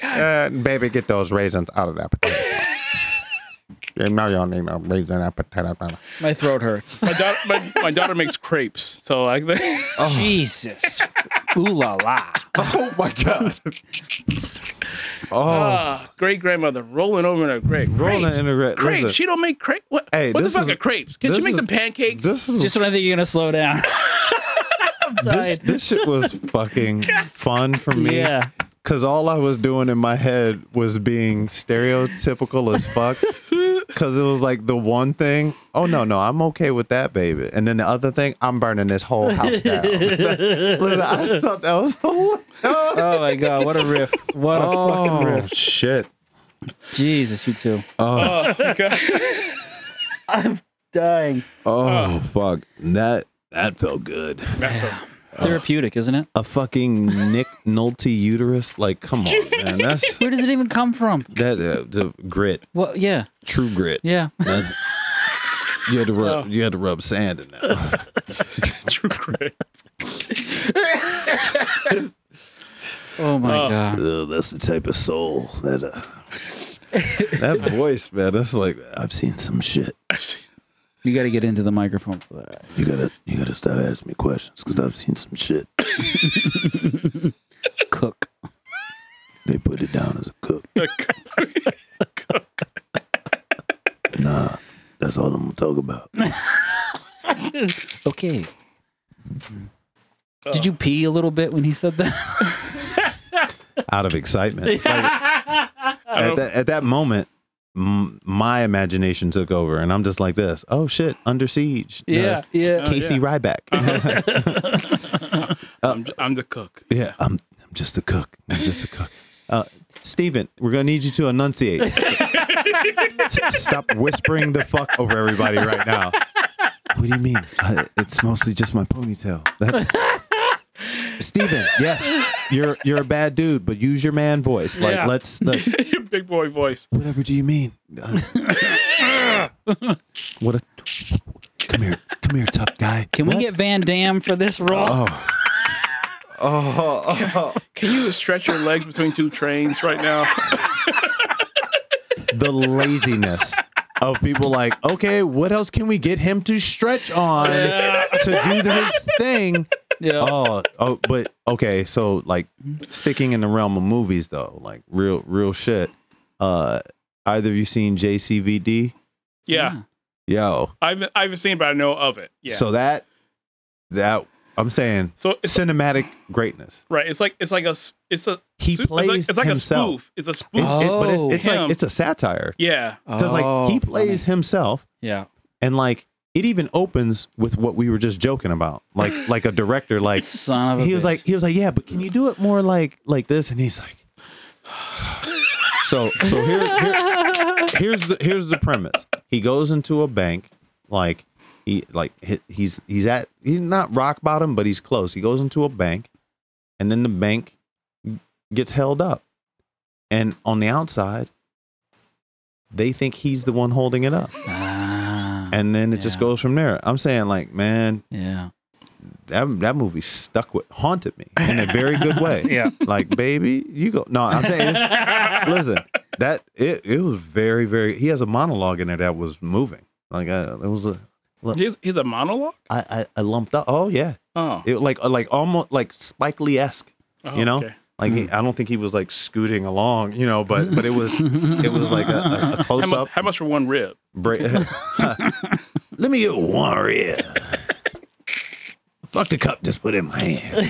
I: Uh, baby, get those raisins out of that potato salad. You know your name, uh, raisin that potato salad.
G: My throat hurts.
H: My daughter, my, my daughter makes crepes, so like,
G: Oh. Jesus. Ooh la la.
I: Oh my God. Oh.
H: uh, great grandmother rolling over in her grave.
I: Rolling
H: Crepes.
I: in her gra-
H: crepes.
I: listen.
H: She don't make crepes. What?
I: Hey,
H: what the
I: this
H: fuck
I: is-
H: are crepes? Can she
I: this
H: make
I: is-
H: some pancakes?
I: This is
G: Just when I think you're gonna slow down. I'm
I: this,
G: tired.
I: this shit was fucking fun for me.
G: Yeah.
I: Cause all I was doing in my head was being stereotypical as fuck. Cause it was like the one thing, oh no, no, I'm okay with that, baby. And then the other thing, I'm burning this whole house down. Listen, I thought that was hilarious.
G: Oh my god, what a riff. What a fucking
I: Oh
G: riff.
I: shit.
G: Jesus, you two. Oh.
H: God.
G: Dying.
K: Oh
H: Uh.
K: fuck. That that felt good.
G: Oh. Therapeutic, isn't it?
I: A fucking Nick Nolte uterus. Like, come on, man. That's
G: Where does it even come from?
I: that uh, the grit.
G: Well, yeah.
I: True grit.
G: Yeah.
I: That's, you had to rub you had to rub sand in that.
H: True crepes.
G: Oh my god.
K: Uh, that's the type of soul that uh that voice, man. That's like I've seen some shit.
G: You gotta get into the microphone for that.
K: You gotta you gotta stop asking me questions because I've seen some shit.
G: Cook.
K: They put it down as a cook. nah, that's all I'm gonna talk about.
G: Okay.
M: Oh.
G: Did you pee a little bit when he said that?
I: Out of excitement. Like, at, that, at that moment, m- my imagination took over, and I'm just like this. Oh shit! Under siege. No,
M: Uh,
G: yeah.
I: Casey Ryback.
H: I'm, I'm the cook.
I: Uh, yeah. I'm I'm just a cook. I'm just a cook. Uh, Steven, we're gonna need you to enunciate. Stop whispering the fuck over everybody right now.
K: What do you mean? I, it's mostly just my ponytail.
I: That's Steven, yes, you're you're a bad dude, but use your man voice. Like
H: Yeah.
I: let's let,
H: Your big boy voice.
K: Whatever do you mean? Uh,
I: what a
K: come here, come here, tough guy.
G: Can we get Van Damme for this role?
H: Oh, Can you stretch your legs between two trains right now?
I: the laziness of people like, okay, what else can we get him to stretch on to do his thing?
G: Yeah.
I: Oh, oh, but okay, so like sticking in the realm of movies though, like real real shit. Uh either of you seen JCVD?
M: Yeah.
H: Yo.
M: I've I've seen, but I know of it. Yeah.
H: So that that I'm saying
M: So it's-
H: cinematic greatness.
M: right. It's like it's like a s- it's a
H: He
M: it's like-
H: plays
M: it's like,
H: himself.
M: a spoof. It's a spoof.
H: It's, it- but it's,
G: Oh.
H: it's
M: Him.
H: like it's a satire
M: yeah.
H: because like he plays himself,
G: Yeah.
H: and like it even opens with what we were just joking about, like like a director like
G: Son of a
H: he was
G: bitch.
H: like he was like yeah, but can you do it more like like this? And he's like. So so here, here- here's the here's the premise. He goes into a bank, like he like he, he's he's at he's not rock bottom, but he's close. He goes into a bank, and then the bank gets held up, and on the outside, they think he's the one holding it up,
G: Ah,
H: and then it just
G: Yeah.
H: goes from there. I'm saying like man,
G: yeah.
H: that that movie stuck with haunted me in a very good way.
N: Yeah.
H: like baby, you go. No, I'm telling you, this- listen, that it it was very very. He has a monologue in there that was moving. Like uh, it was a
M: He's he's a monologue.
H: I I, I lumped up. Oh yeah,
M: Oh.
H: it like uh, like almost like Spike Lee esque.
M: Oh,
H: you know,
M: okay.
H: like
G: Hmm.
H: he, I don't think he was like scooting along. You know, but but it was it was like a, a, a
M: How,
H: close
M: mu-
H: up.
M: how much for one rib?
H: Bra- Let me get one rib. Fuck the cup. Just put it in my hand.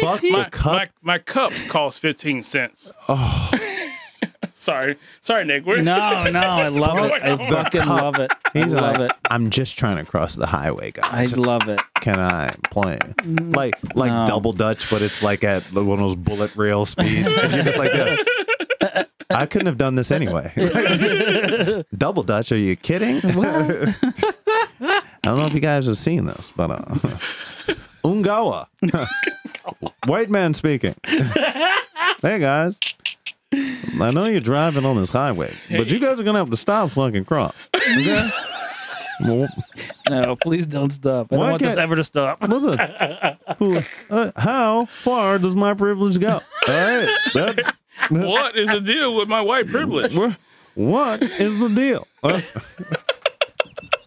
H: Fuck the
M: My,
H: cup.
M: my my cup costs fifteen cents.
H: Oh.
M: sorry, sorry, Nick. We're,
G: No, no, I love it. I fucking love it. I
H: He's
G: love
H: like,
G: it.
H: I'm just trying to cross the highway,
G: I
H: guys.
G: love it.
H: Can I play? Like like
G: No.
H: double dutch, but it's like at one of those bullet rail speeds. And you're just like this. I couldn't have done this anyway. double dutch? Are you kidding? I don't know if you guys have seen this, but uh, Ungawa, white man speaking. hey guys. I know you're driving on this highway, but you guys are gonna have to stop fucking cross. Okay? Well,
G: No, please don't stop. I don't
H: Why
G: want this
H: can't-
G: ever to stop.
H: Listen, uh, how far does my privilege go? All right, that's
M: what is the deal with my white privilege?
H: wha- what is the deal? Uh,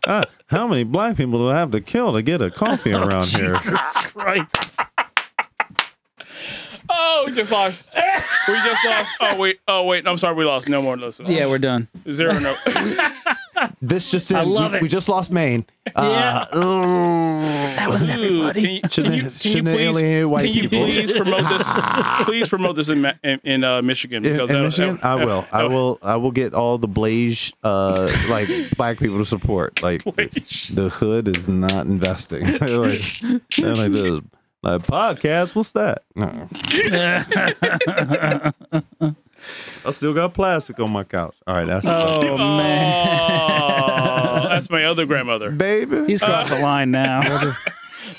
H: uh, how many black people do I have to kill to get a coffee around here?
G: Jesus Christ.
M: Oh, we just lost. We just lost. Oh wait. Oh wait. I'm sorry. We lost. No more listeners.
G: Yeah, we're done.
M: zero. No.
H: This just in.
G: love
H: we,
G: it.
H: we just lost Maine. Uh, mm.
G: That was
M: Ooh,
G: everybody.
M: can you, can
H: Shouldn't-
M: you, can you
H: shouldn't
M: please,
H: alienate white
M: can you
H: people.
M: please promote this? please promote this in Ma- in, in uh, Michigan
H: in,
M: because
H: in
M: that-
H: Michigan,
M: that-
H: I will. I
M: that-
H: will. I will get all the blaze, uh, like black people to support. Like the hood is not investing. They're like, they're like this. Like podcast, what's that? No. I still got plastic on my couch. All right, that's
G: Oh, man.
M: Oh, that's my other grandmother.
H: baby.
M: Uh,
G: He's crossed the line now.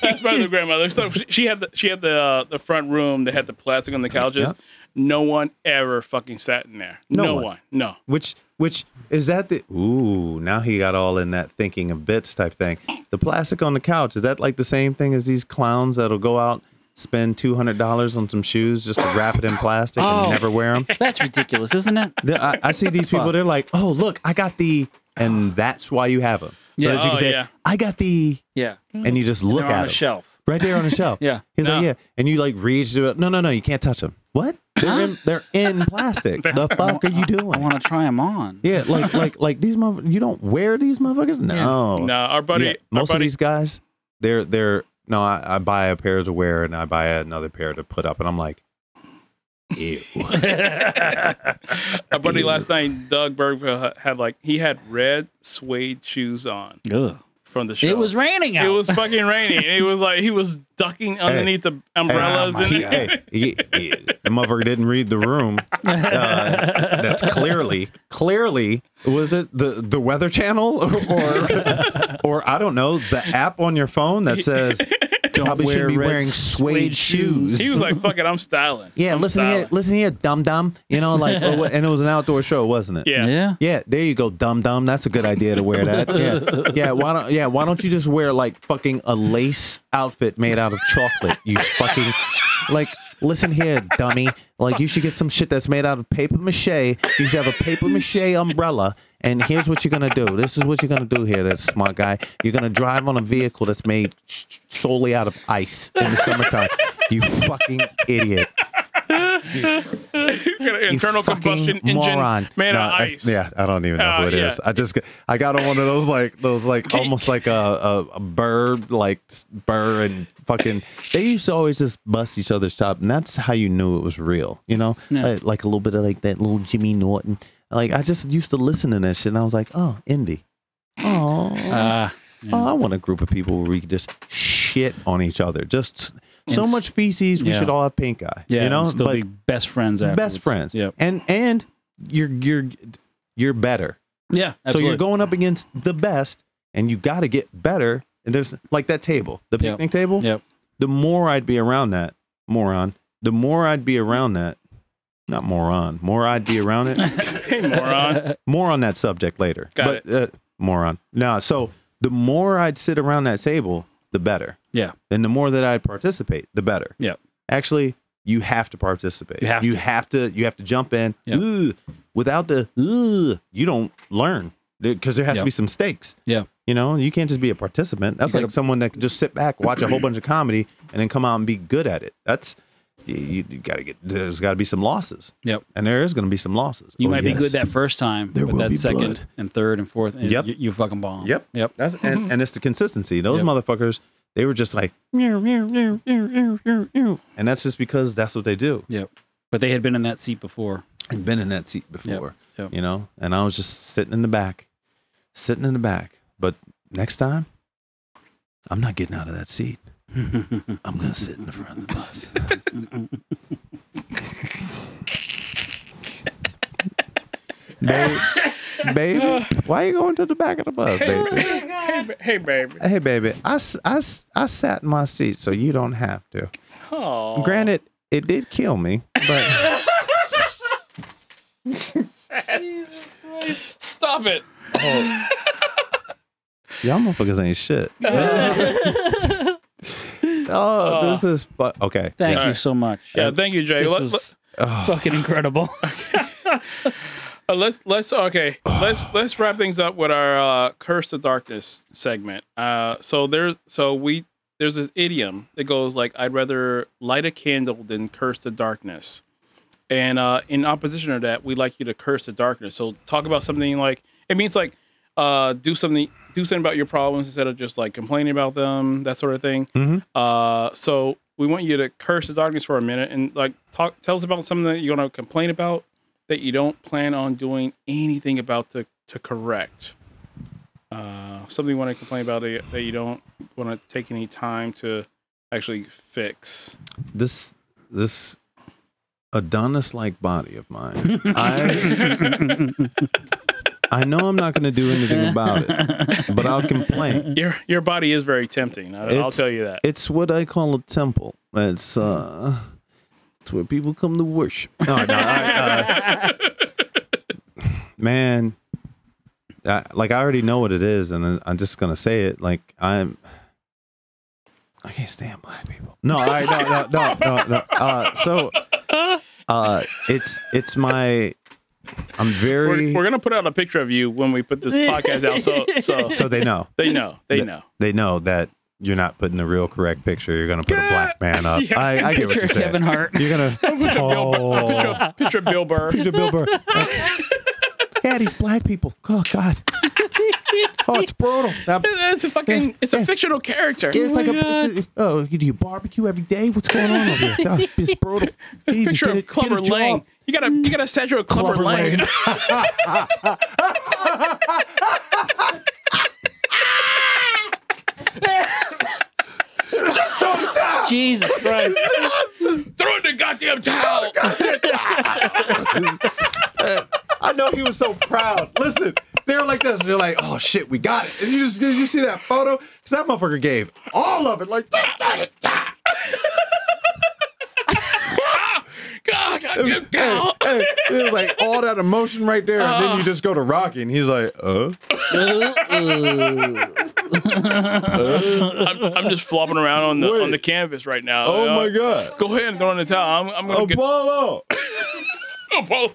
M: That's my other grandmother. So she- she had the she had the uh, the front room that had the plastic on the couches.
H: Yeah.
M: No one ever fucking sat in there.
H: No
M: No,
H: one.
M: one. No.
H: Which which is that the ooh now he got all in that thinking of bits type thing. The plastic on the couch is that like the same thing as these clowns that'll go out spend two hundred dollars on some shoes just to wrap it in plastic
M: Oh.
H: and never wear them.
G: That's ridiculous, isn't it?
H: I, I see these people. They're like, oh look, I got the, and that's why you have them. So
G: Yeah.
H: that you can
M: Oh,
H: say,
M: yeah.
H: I got the,
G: Yeah.
H: and you just look
G: They're
H: at
G: on
H: 'em.
G: a shelf.
H: right there on the shelf.
G: Yeah.
H: he's
M: No.
H: like, yeah, and you like reach to it. No, no, no, you can't touch them. What? They're in, they're in plastic. the fuck are you doing?
G: I want to try them on.
H: Yeah, like like like these mother you don't wear these motherfuckers? No.
M: No. Our buddy.
H: Yeah,
M: our
H: most of
M: buddy-
H: these guys, they're they're no, I, I buy a pair to wear and I buy another pair to put up and I'm like ew.
M: Our buddy last night, Doug Bergville had like he had red suede shoes on
G: Ugh.
M: from the show.
G: It was raining out.
M: It was fucking rainy. and It was like he was ducking underneath the umbrellas
G: Hey.
M: and
H: He- hey, he- he- the motherfucker didn't read the room. Uh, that's clearly, clearly, was it the the Weather Channel or or I don't know the app on your phone that says
G: Don't
H: probably
G: wear
H: shouldn't be
G: red
H: wearing suede,
G: suede
H: shoes.
G: shoes.
M: he was like, "Fuck it, I'm styling."
H: Yeah,
M: I'm
H: listen
M: styling.
H: here, listen here, dum dum. You know, like, or what- and it was an outdoor show, wasn't it?
M: Yeah.
G: yeah.
H: Yeah, there you go, dum dum. That's a good idea to wear that. Yeah, yeah. Why don't yeah? Why don't you just wear like fucking a lace outfit made out of chocolate? You fucking like. Listen here, dummy. Like you should get some shit that's made out of paper mache. You should have a paper mache umbrella. And here's what you're gonna do. This is what you're gonna do here, that smart guy. You're gonna drive on a vehicle that's made solely out of ice in the summertime. You fucking idiot.
I: internal
H: fucking
I: combustion engine
H: moron.
I: made
H: No,
I: of
H: I-
I: ice.
H: yeah, I don't even know
I: Uh,
H: who it is.
I: yeah.
H: I just got- I got on one of those like those like almost like a, a, a burr like s- burr and fucking. They used to always just bust each other's top, and that's how you knew it was real. You know,
G: Yeah.
H: like, like a little bit of like that little Jimmy Norton. Like I just used to listen to that shit, and I was like, oh, envy. Oh,
G: Ah,
H: oh, I want a group of people where we could just shit on each other. Just so
G: And s-
H: much feces, we
G: yeah.
H: should all have pink eye.
G: yeah.
H: you know,
G: and still be best friends. Afterwards.
H: best friends.
G: Yep.
H: And and you're you're you're better.
G: Yeah.
H: So you're
G: absolutely.
H: going up against the best, and you got to get better. And there's like that table, the
G: Yep.
H: picnic table.
G: Yep.
H: The more I'd be around that moron, the more I'd be around that. Not moron. More I'd be around it.
I: hey, moron.
H: more on that subject later.
I: Got
H: but Uh, moron. Nah. So the more I'd sit around that table, the better.
G: Yeah.
H: And the more that I'd participate, the better
G: Yep.
H: actually you have to participate
G: You have
H: you
G: to.
H: have to, you have to jump in
G: Yeah.
H: Ooh, without the ooh, you don't learn because there has
G: Yeah.
H: to be some stakes
G: Yeah.
H: you know you can't just be a participant that's
G: You
H: like
G: gotta-
H: someone that can just sit back watch a whole bunch of comedy and then come out and be good at it that's you, you gotta get there's gotta be some losses
G: Yep.
H: and there is gonna be some losses
G: You
H: Oh,
G: might be
H: yes.
G: good that first time,
H: There
G: but
H: will
G: that
H: be
G: second
H: blood.
G: and third and fourth, and
H: Yep.
G: you, you fucking bomb.
H: Yep.
G: Yep.
H: That's and, and it's the consistency. Those
G: Yep.
H: motherfuckers, they were just like, "Meow, meow, meow, meow, meow, meow, meow." and that's just because that's what they do.
G: Yep. But they had been in that seat before.
H: I've been in that seat before,
G: yep.
H: you know, and I was just sitting in the back, sitting in the back. But next time, I'm not getting out of that seat. I'm gonna sit in the front of the bus. babe, babe, why are you going to the back of the bus, baby?
I: hey, ba- hey, baby.
H: Hey, baby, I, s- I, s- I sat in my seat, so you don't have to.
I: Oh,
H: Granted, it did kill me, but
I: stop it.
H: y'all motherfuckers ain't shit. oh, this is fu- okay.
G: Thank
I: Yeah.
G: you so much.
I: Yeah,
G: Uh,
I: thank you, Jay.
G: this
I: Let-
G: was fucking incredible.
I: Uh, let's let's okay. Let's let's wrap things up with our uh, curse of darkness segment. Uh, so there, so we there's this idiom that goes like, "I'd rather light a candle than curse the darkness." And uh, in opposition to that, we like you to curse the darkness. So talk about something like it means like uh, do something do something about your problems instead of just like complaining about them, that sort of thing. Uh, so we want you to curse the darkness for a minute and like talk tell us about something that you're gonna complain about that you don't plan on doing anything about to to correct. Uh, something you want to complain about that that you don't want to take any time to actually fix.
H: This this Adonis-like body of mine. I I know I'm not going to do anything about it, but I'll complain.
I: Your your body is very tempting. I, I'll
H: It's-
I: tell you that.
H: It's what I call a temple. It's uh, it's where people come to worship. No, no, I- uh, man, I, like I already know what it is, and I- I'm just gonna say it. Like I'm, I can't stand black people. No, I no no no no no. Uh, so, uh, it's it's my. I'm very.
I: We're, we're gonna put out a picture of you when we put this podcast out, so so,
H: so they know.
I: they know. They
H: Th-
I: know.
H: They know that you're not putting the real correct picture. You're gonna put a black man up.
I: Yeah.
H: I, I get what
G: Picture
H: you're saying.
G: Kevin Hart.
H: You're gonna
I: Picture, Bill, picture,
H: oh,
I: of- picture of Bill Burr.
H: Bill Burr. Uh, yeah, these black people. Oh God. Oh, it's brutal. I'm-
I: It's a fucking. It's a fictional character.
H: it's like a, it's a- oh, you do you barbecue every day? What's going on over here? Oh, It's brutal. Jesus,
I: picture
H: get
I: of
H: a, get a
I: Clubber Lang.
H: job.
I: You got a you got a statue of Clubber,
H: Clubber
I: Lang.
H: Lang.
G: Jesus Christ.
I: Throw in the goddamn towel.
H: I know he was so proud. Listen, they were like this. And they're like, oh shit, we got it. And you just did you see that photo? Because that motherfucker gave all of it. Like,
I: God, Ah, goddamn
H: hey,
I: towel.
H: hey. it was like all that emotion right there. And then you just go to Rocky and he's like, uh.
I: I'm, I'm just flopping around on the
H: Wait.
I: on the canvas right now.
H: Oh
I: You know?
H: my God.
I: Go ahead and throw in the towel. I'm, I'm gonna get
H: Apollo.
I: Apollo.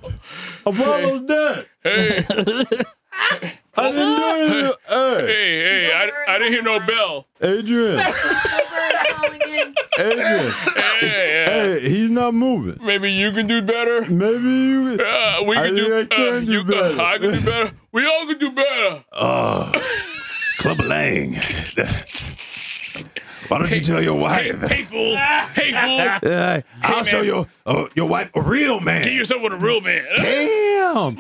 H: Apollo's dead.
I: Hey,
H: I didn't do anything. Hey,
F: Hey, hey,
I: Don't
F: I,
I: worry,
F: I didn't hear no
I: don't
F: bell.
H: Adrian,
I: calling in.
H: Adrian,
F: Hey, yeah.
H: hey, he's not moving.
F: Maybe you can do better.
H: Maybe you.
F: Uh, we
H: I
F: can do,
H: think I
F: uh,
H: can do
F: you,
H: better.
F: Uh, I can do better. We all can do better.
H: Oh, Club Lang. Why don't you tell your
F: Hey,
H: wife?
F: hey, fool. Hey, fool.
H: Uh, I'll show
F: man.
H: your uh, your wife a real man.
F: Get yourself with a real man.
H: Damn.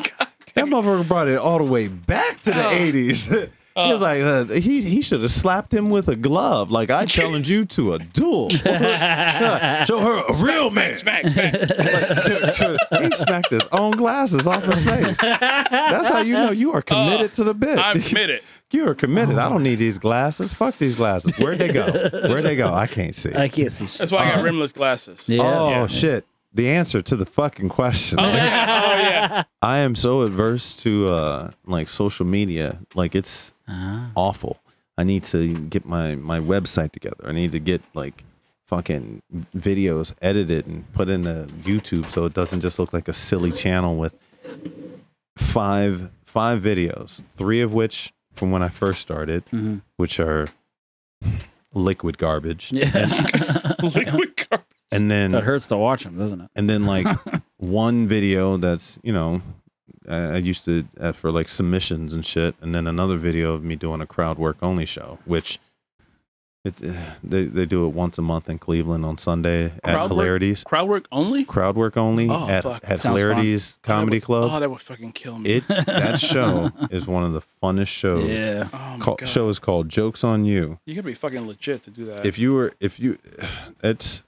H: That motherfucker brought it all the way back to the
F: Oh.
H: 80s. he was like, uh, he, he should have slapped him with a glove. Like, I challenge you to a duel. Show her a real man.
F: Smack, smack.
H: he smacked his own glasses off his face. That's how you know you are committed to the bit.
F: I'm committed.
H: You are committed. I don't need these glasses. Fuck these glasses. Where'd they go? Where'd they go? I can't see.
G: I can't see. Shit.
F: That's why
H: Uh-huh.
F: I got rimless glasses.
G: Yeah.
H: Oh, shit. The answer to the fucking question.
F: Oh, yeah.
H: I am so adverse to uh like social media. Like it's awful. I need to get my my website together. I need to get like fucking videos edited and put into YouTube so it doesn't just look like a silly channel with five five videos, three of which from when I first started, which are liquid garbage.
F: Liquid garbage.
H: And then
G: That hurts to watch them, doesn't it?
H: Mm. and then like one video that's you know I, I used to uh, for like submissions and shit, and then another video of me doing a crowd work only show, which it uh, they they do it once a month in Cleveland on Sunday at
F: Crowd work?
H: Hilarities.
F: Crowd work only?
H: Crowd work only
F: Oh,
H: at
F: fuck.
H: at
G: Sounds fun.
H: Hilarities Comedy
F: That would-
H: Club.
F: Oh, that would fucking kill me.
H: it that show is one of the funnest shows.
G: Yeah.
F: oh, my
H: Call,
F: God.
H: show is called Jokes on You.
F: You gotta be fucking legit to do that.
H: If you were if you it's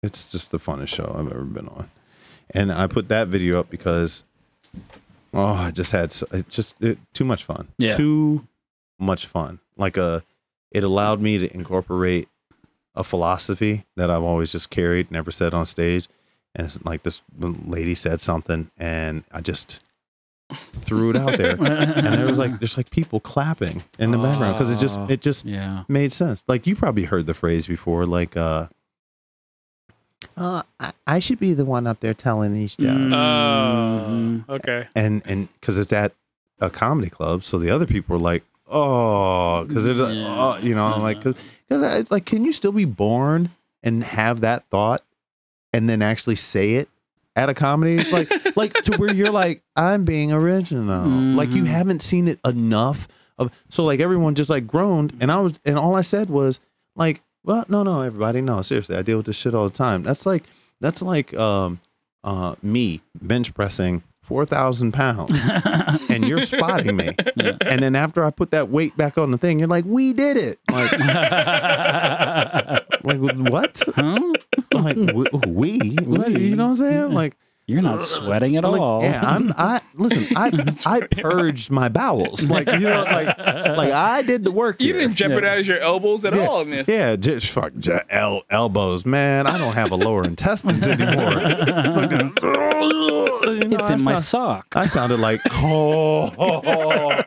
H: it's just the funnest show I've ever been on. And I put that video up because oh, I just had so, it just it, too much fun.
G: Yeah.
H: Too much fun. Like a it allowed me to incorporate a philosophy that I've always just carried, never said on stage. And it's like this lady said something and I just threw it out there. and there was like there's like people clapping in the background because it just it just
G: Yeah.
H: made sense. Like you probably heard the phrase before, like uh, uh I, I should be the one up there telling these jokes,
G: Mm-hmm.
F: Oh, okay.
H: and and because it's at a comedy club, so the other people are like, oh, because it's like,
G: Yeah. Uh-huh.
H: oh, you know, I'm like, because like, can you still be born and have that thought, and then actually say it? At a comedy, like, like to where you're like, I'm being original. Like you
G: Mhm.
H: haven't seen it enough of so like everyone just like groaned and I was and all I said was like well no no everybody no seriously I deal with this shit all the time that's like that's like um uh me bench pressing four thousand pounds and you're spotting me and then after I put that weight back on the thing you're like we did it like
F: Uh.
H: like what
G: Huh?
H: like w- we what you know what I'm saying like
G: You're not sweating at
H: like,
G: all.
H: Yeah, I'm. I listen. I I purged my bowels. Like you know, like like I did the work.
F: You
H: here.
F: didn't jeopardize your elbows at all in this.
H: Yeah, just fuck j- el- elbows, man. I don't have a lower intestines anymore. Fucking- You know,
G: it's
H: I
G: in my
H: sound-
G: sock.
H: I sounded like oh, oh, oh.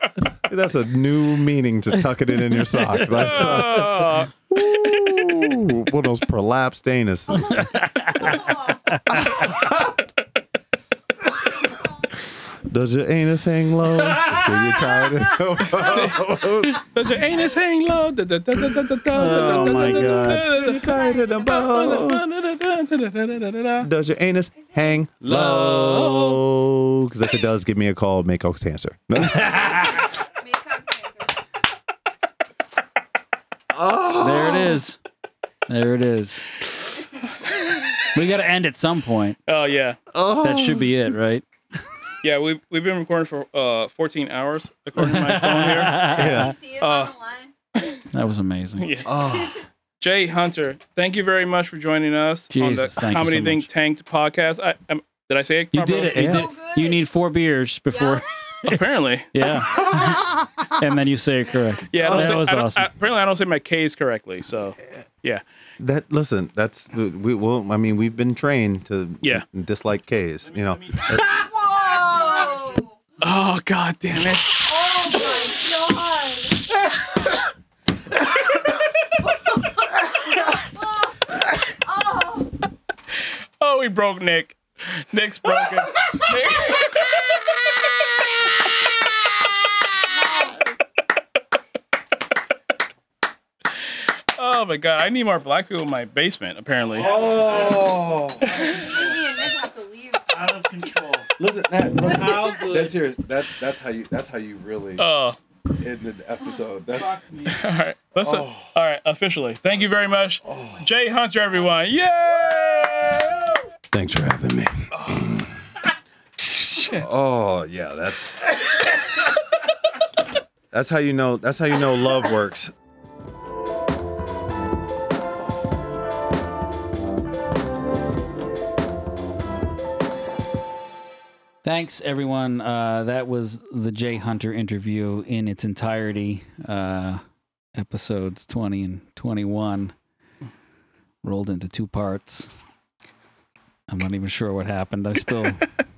H: that's a new meaning to tucking it in your sock. That's uh,
F: Oh,
H: ooh, one of those prolapsed anuses. Does your anus hang low? Are you tired?
F: does your anus hang low? Oh
G: my God.
H: Does your anus hang low? Because if it does, give me a call. Make Oaks answer.
G: There it is. There it is. we got to end at some point.
F: Oh yeah,
G: That should be it, right?
F: yeah. We've we've been recording for uh 14 hours according to my phone here.
H: yeah.
F: Uh,
G: That was amazing.
F: Yeah. Jay Hunter, thank you very much for joining us
G: Jesus,
F: on
G: thank
F: the
G: you
F: Comedy
G: so
F: Think
G: much.
F: Tanked podcast. I, i did I say it?
G: You did it. You
H: Yeah.
G: did. You need four beers before.
F: it. Apparently,
G: Yeah. and then you say it correct.
F: yeah. I don't
G: that
F: say,
G: was
F: I don't-
G: awesome.
F: I- apparently, I don't say my K's correctly. So, yeah.
H: That listen. That's we. Well, I mean, we've been trained to
F: Yeah.
H: dislike K's. You know.
F: Oh God damn it! Oh, we broke Nick. Nick's broken. Nick.
H: Oh my god, I need more black people in my basement. Apparently.
O: Oh,
F: Me and Nick have to leave.
L: Out of control.
O: listen, that, listen
L: How good.
O: that's serious. That that's how you that's how you really
H: Oh.
O: end an episode. That's Oh.
H: All right. Let's. all right. Officially. Thank you very much, Jay Hunter. Everyone. Yeah.
K: Thanks for having me.
I: Oh yeah, that's that's how you know that's how you know love works.
G: Thanks, everyone. Uh, that was the Jay Hunter interview in its entirety. Uh, episodes 20 and 21 rolled into two parts. I'm not even sure what happened. I still,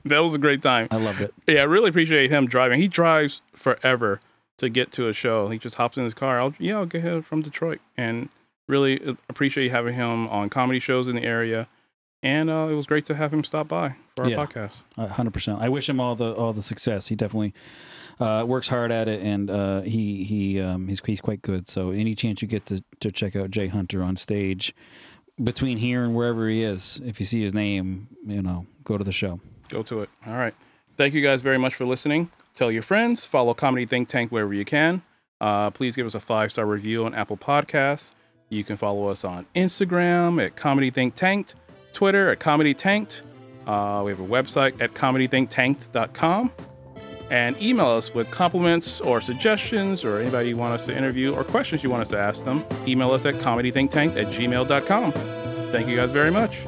H: That was a great time.
G: I loved it.
H: Yeah, I really appreciate him driving. He drives forever to get to a show. He just hops in his car. I'll, yeah, I'll get him from Detroit, and really uh, appreciate having him on comedy shows in the area. And uh, it was great to have him stop by for our
G: Yeah.
H: podcast.
G: hundred percent. I wish him all the all the success. He definitely uh, works hard at it, and uh, he he um, he's he's quite good. So any chance you get to to check out Jay Hunter on stage, between here and wherever he is, if you see his name, you know, go to the show.
H: Go to it. All right. Thank you guys very much for listening. Tell your friends. Follow Comedy Think Tank wherever you can. Uh, please give us a five star review on Apple Podcasts. You can follow us on Instagram at Comedy Think Tanked, Twitter at Comedy Tanked. Uh, we have a website at comedythinktanked.com and email us with compliments or suggestions or anybody you want us to interview or questions you want us to ask them. Email us at comedythinktank at gmail.com. Thank you guys very much.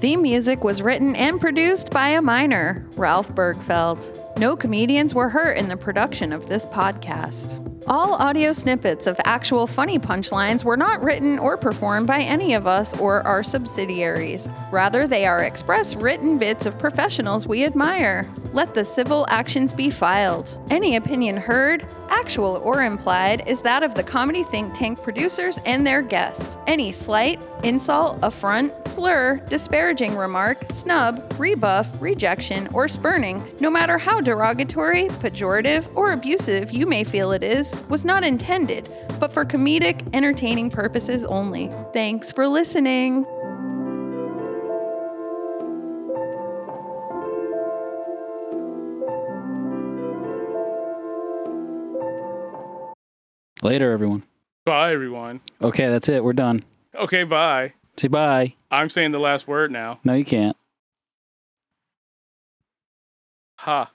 F: Theme music was written and produced by a minor, Ralph Bergfeld. No comedians were hurt in the production of this podcast. All audio snippets of actual funny punchlines were not written or performed by any of us or our subsidiaries. Rather, they are express written bits of professionals we admire. Let the civil actions be filed. Any opinion heard, actual or implied, is that of the comedy think tank producers and their guests. Any slight, insult, affront, slur, disparaging remark, snub, rebuff, rejection, or spurning, no matter how derogatory, pejorative, or abusive you may feel it is, was not intended, but for comedic, entertaining purposes only. Thanks for listening.
G: Later, everyone.
H: Bye, everyone.
G: Okay, that's it. We're done.
H: Okay, bye.
G: Say bye.
H: I'm saying the last word now.
G: No, you can't.
H: Ha.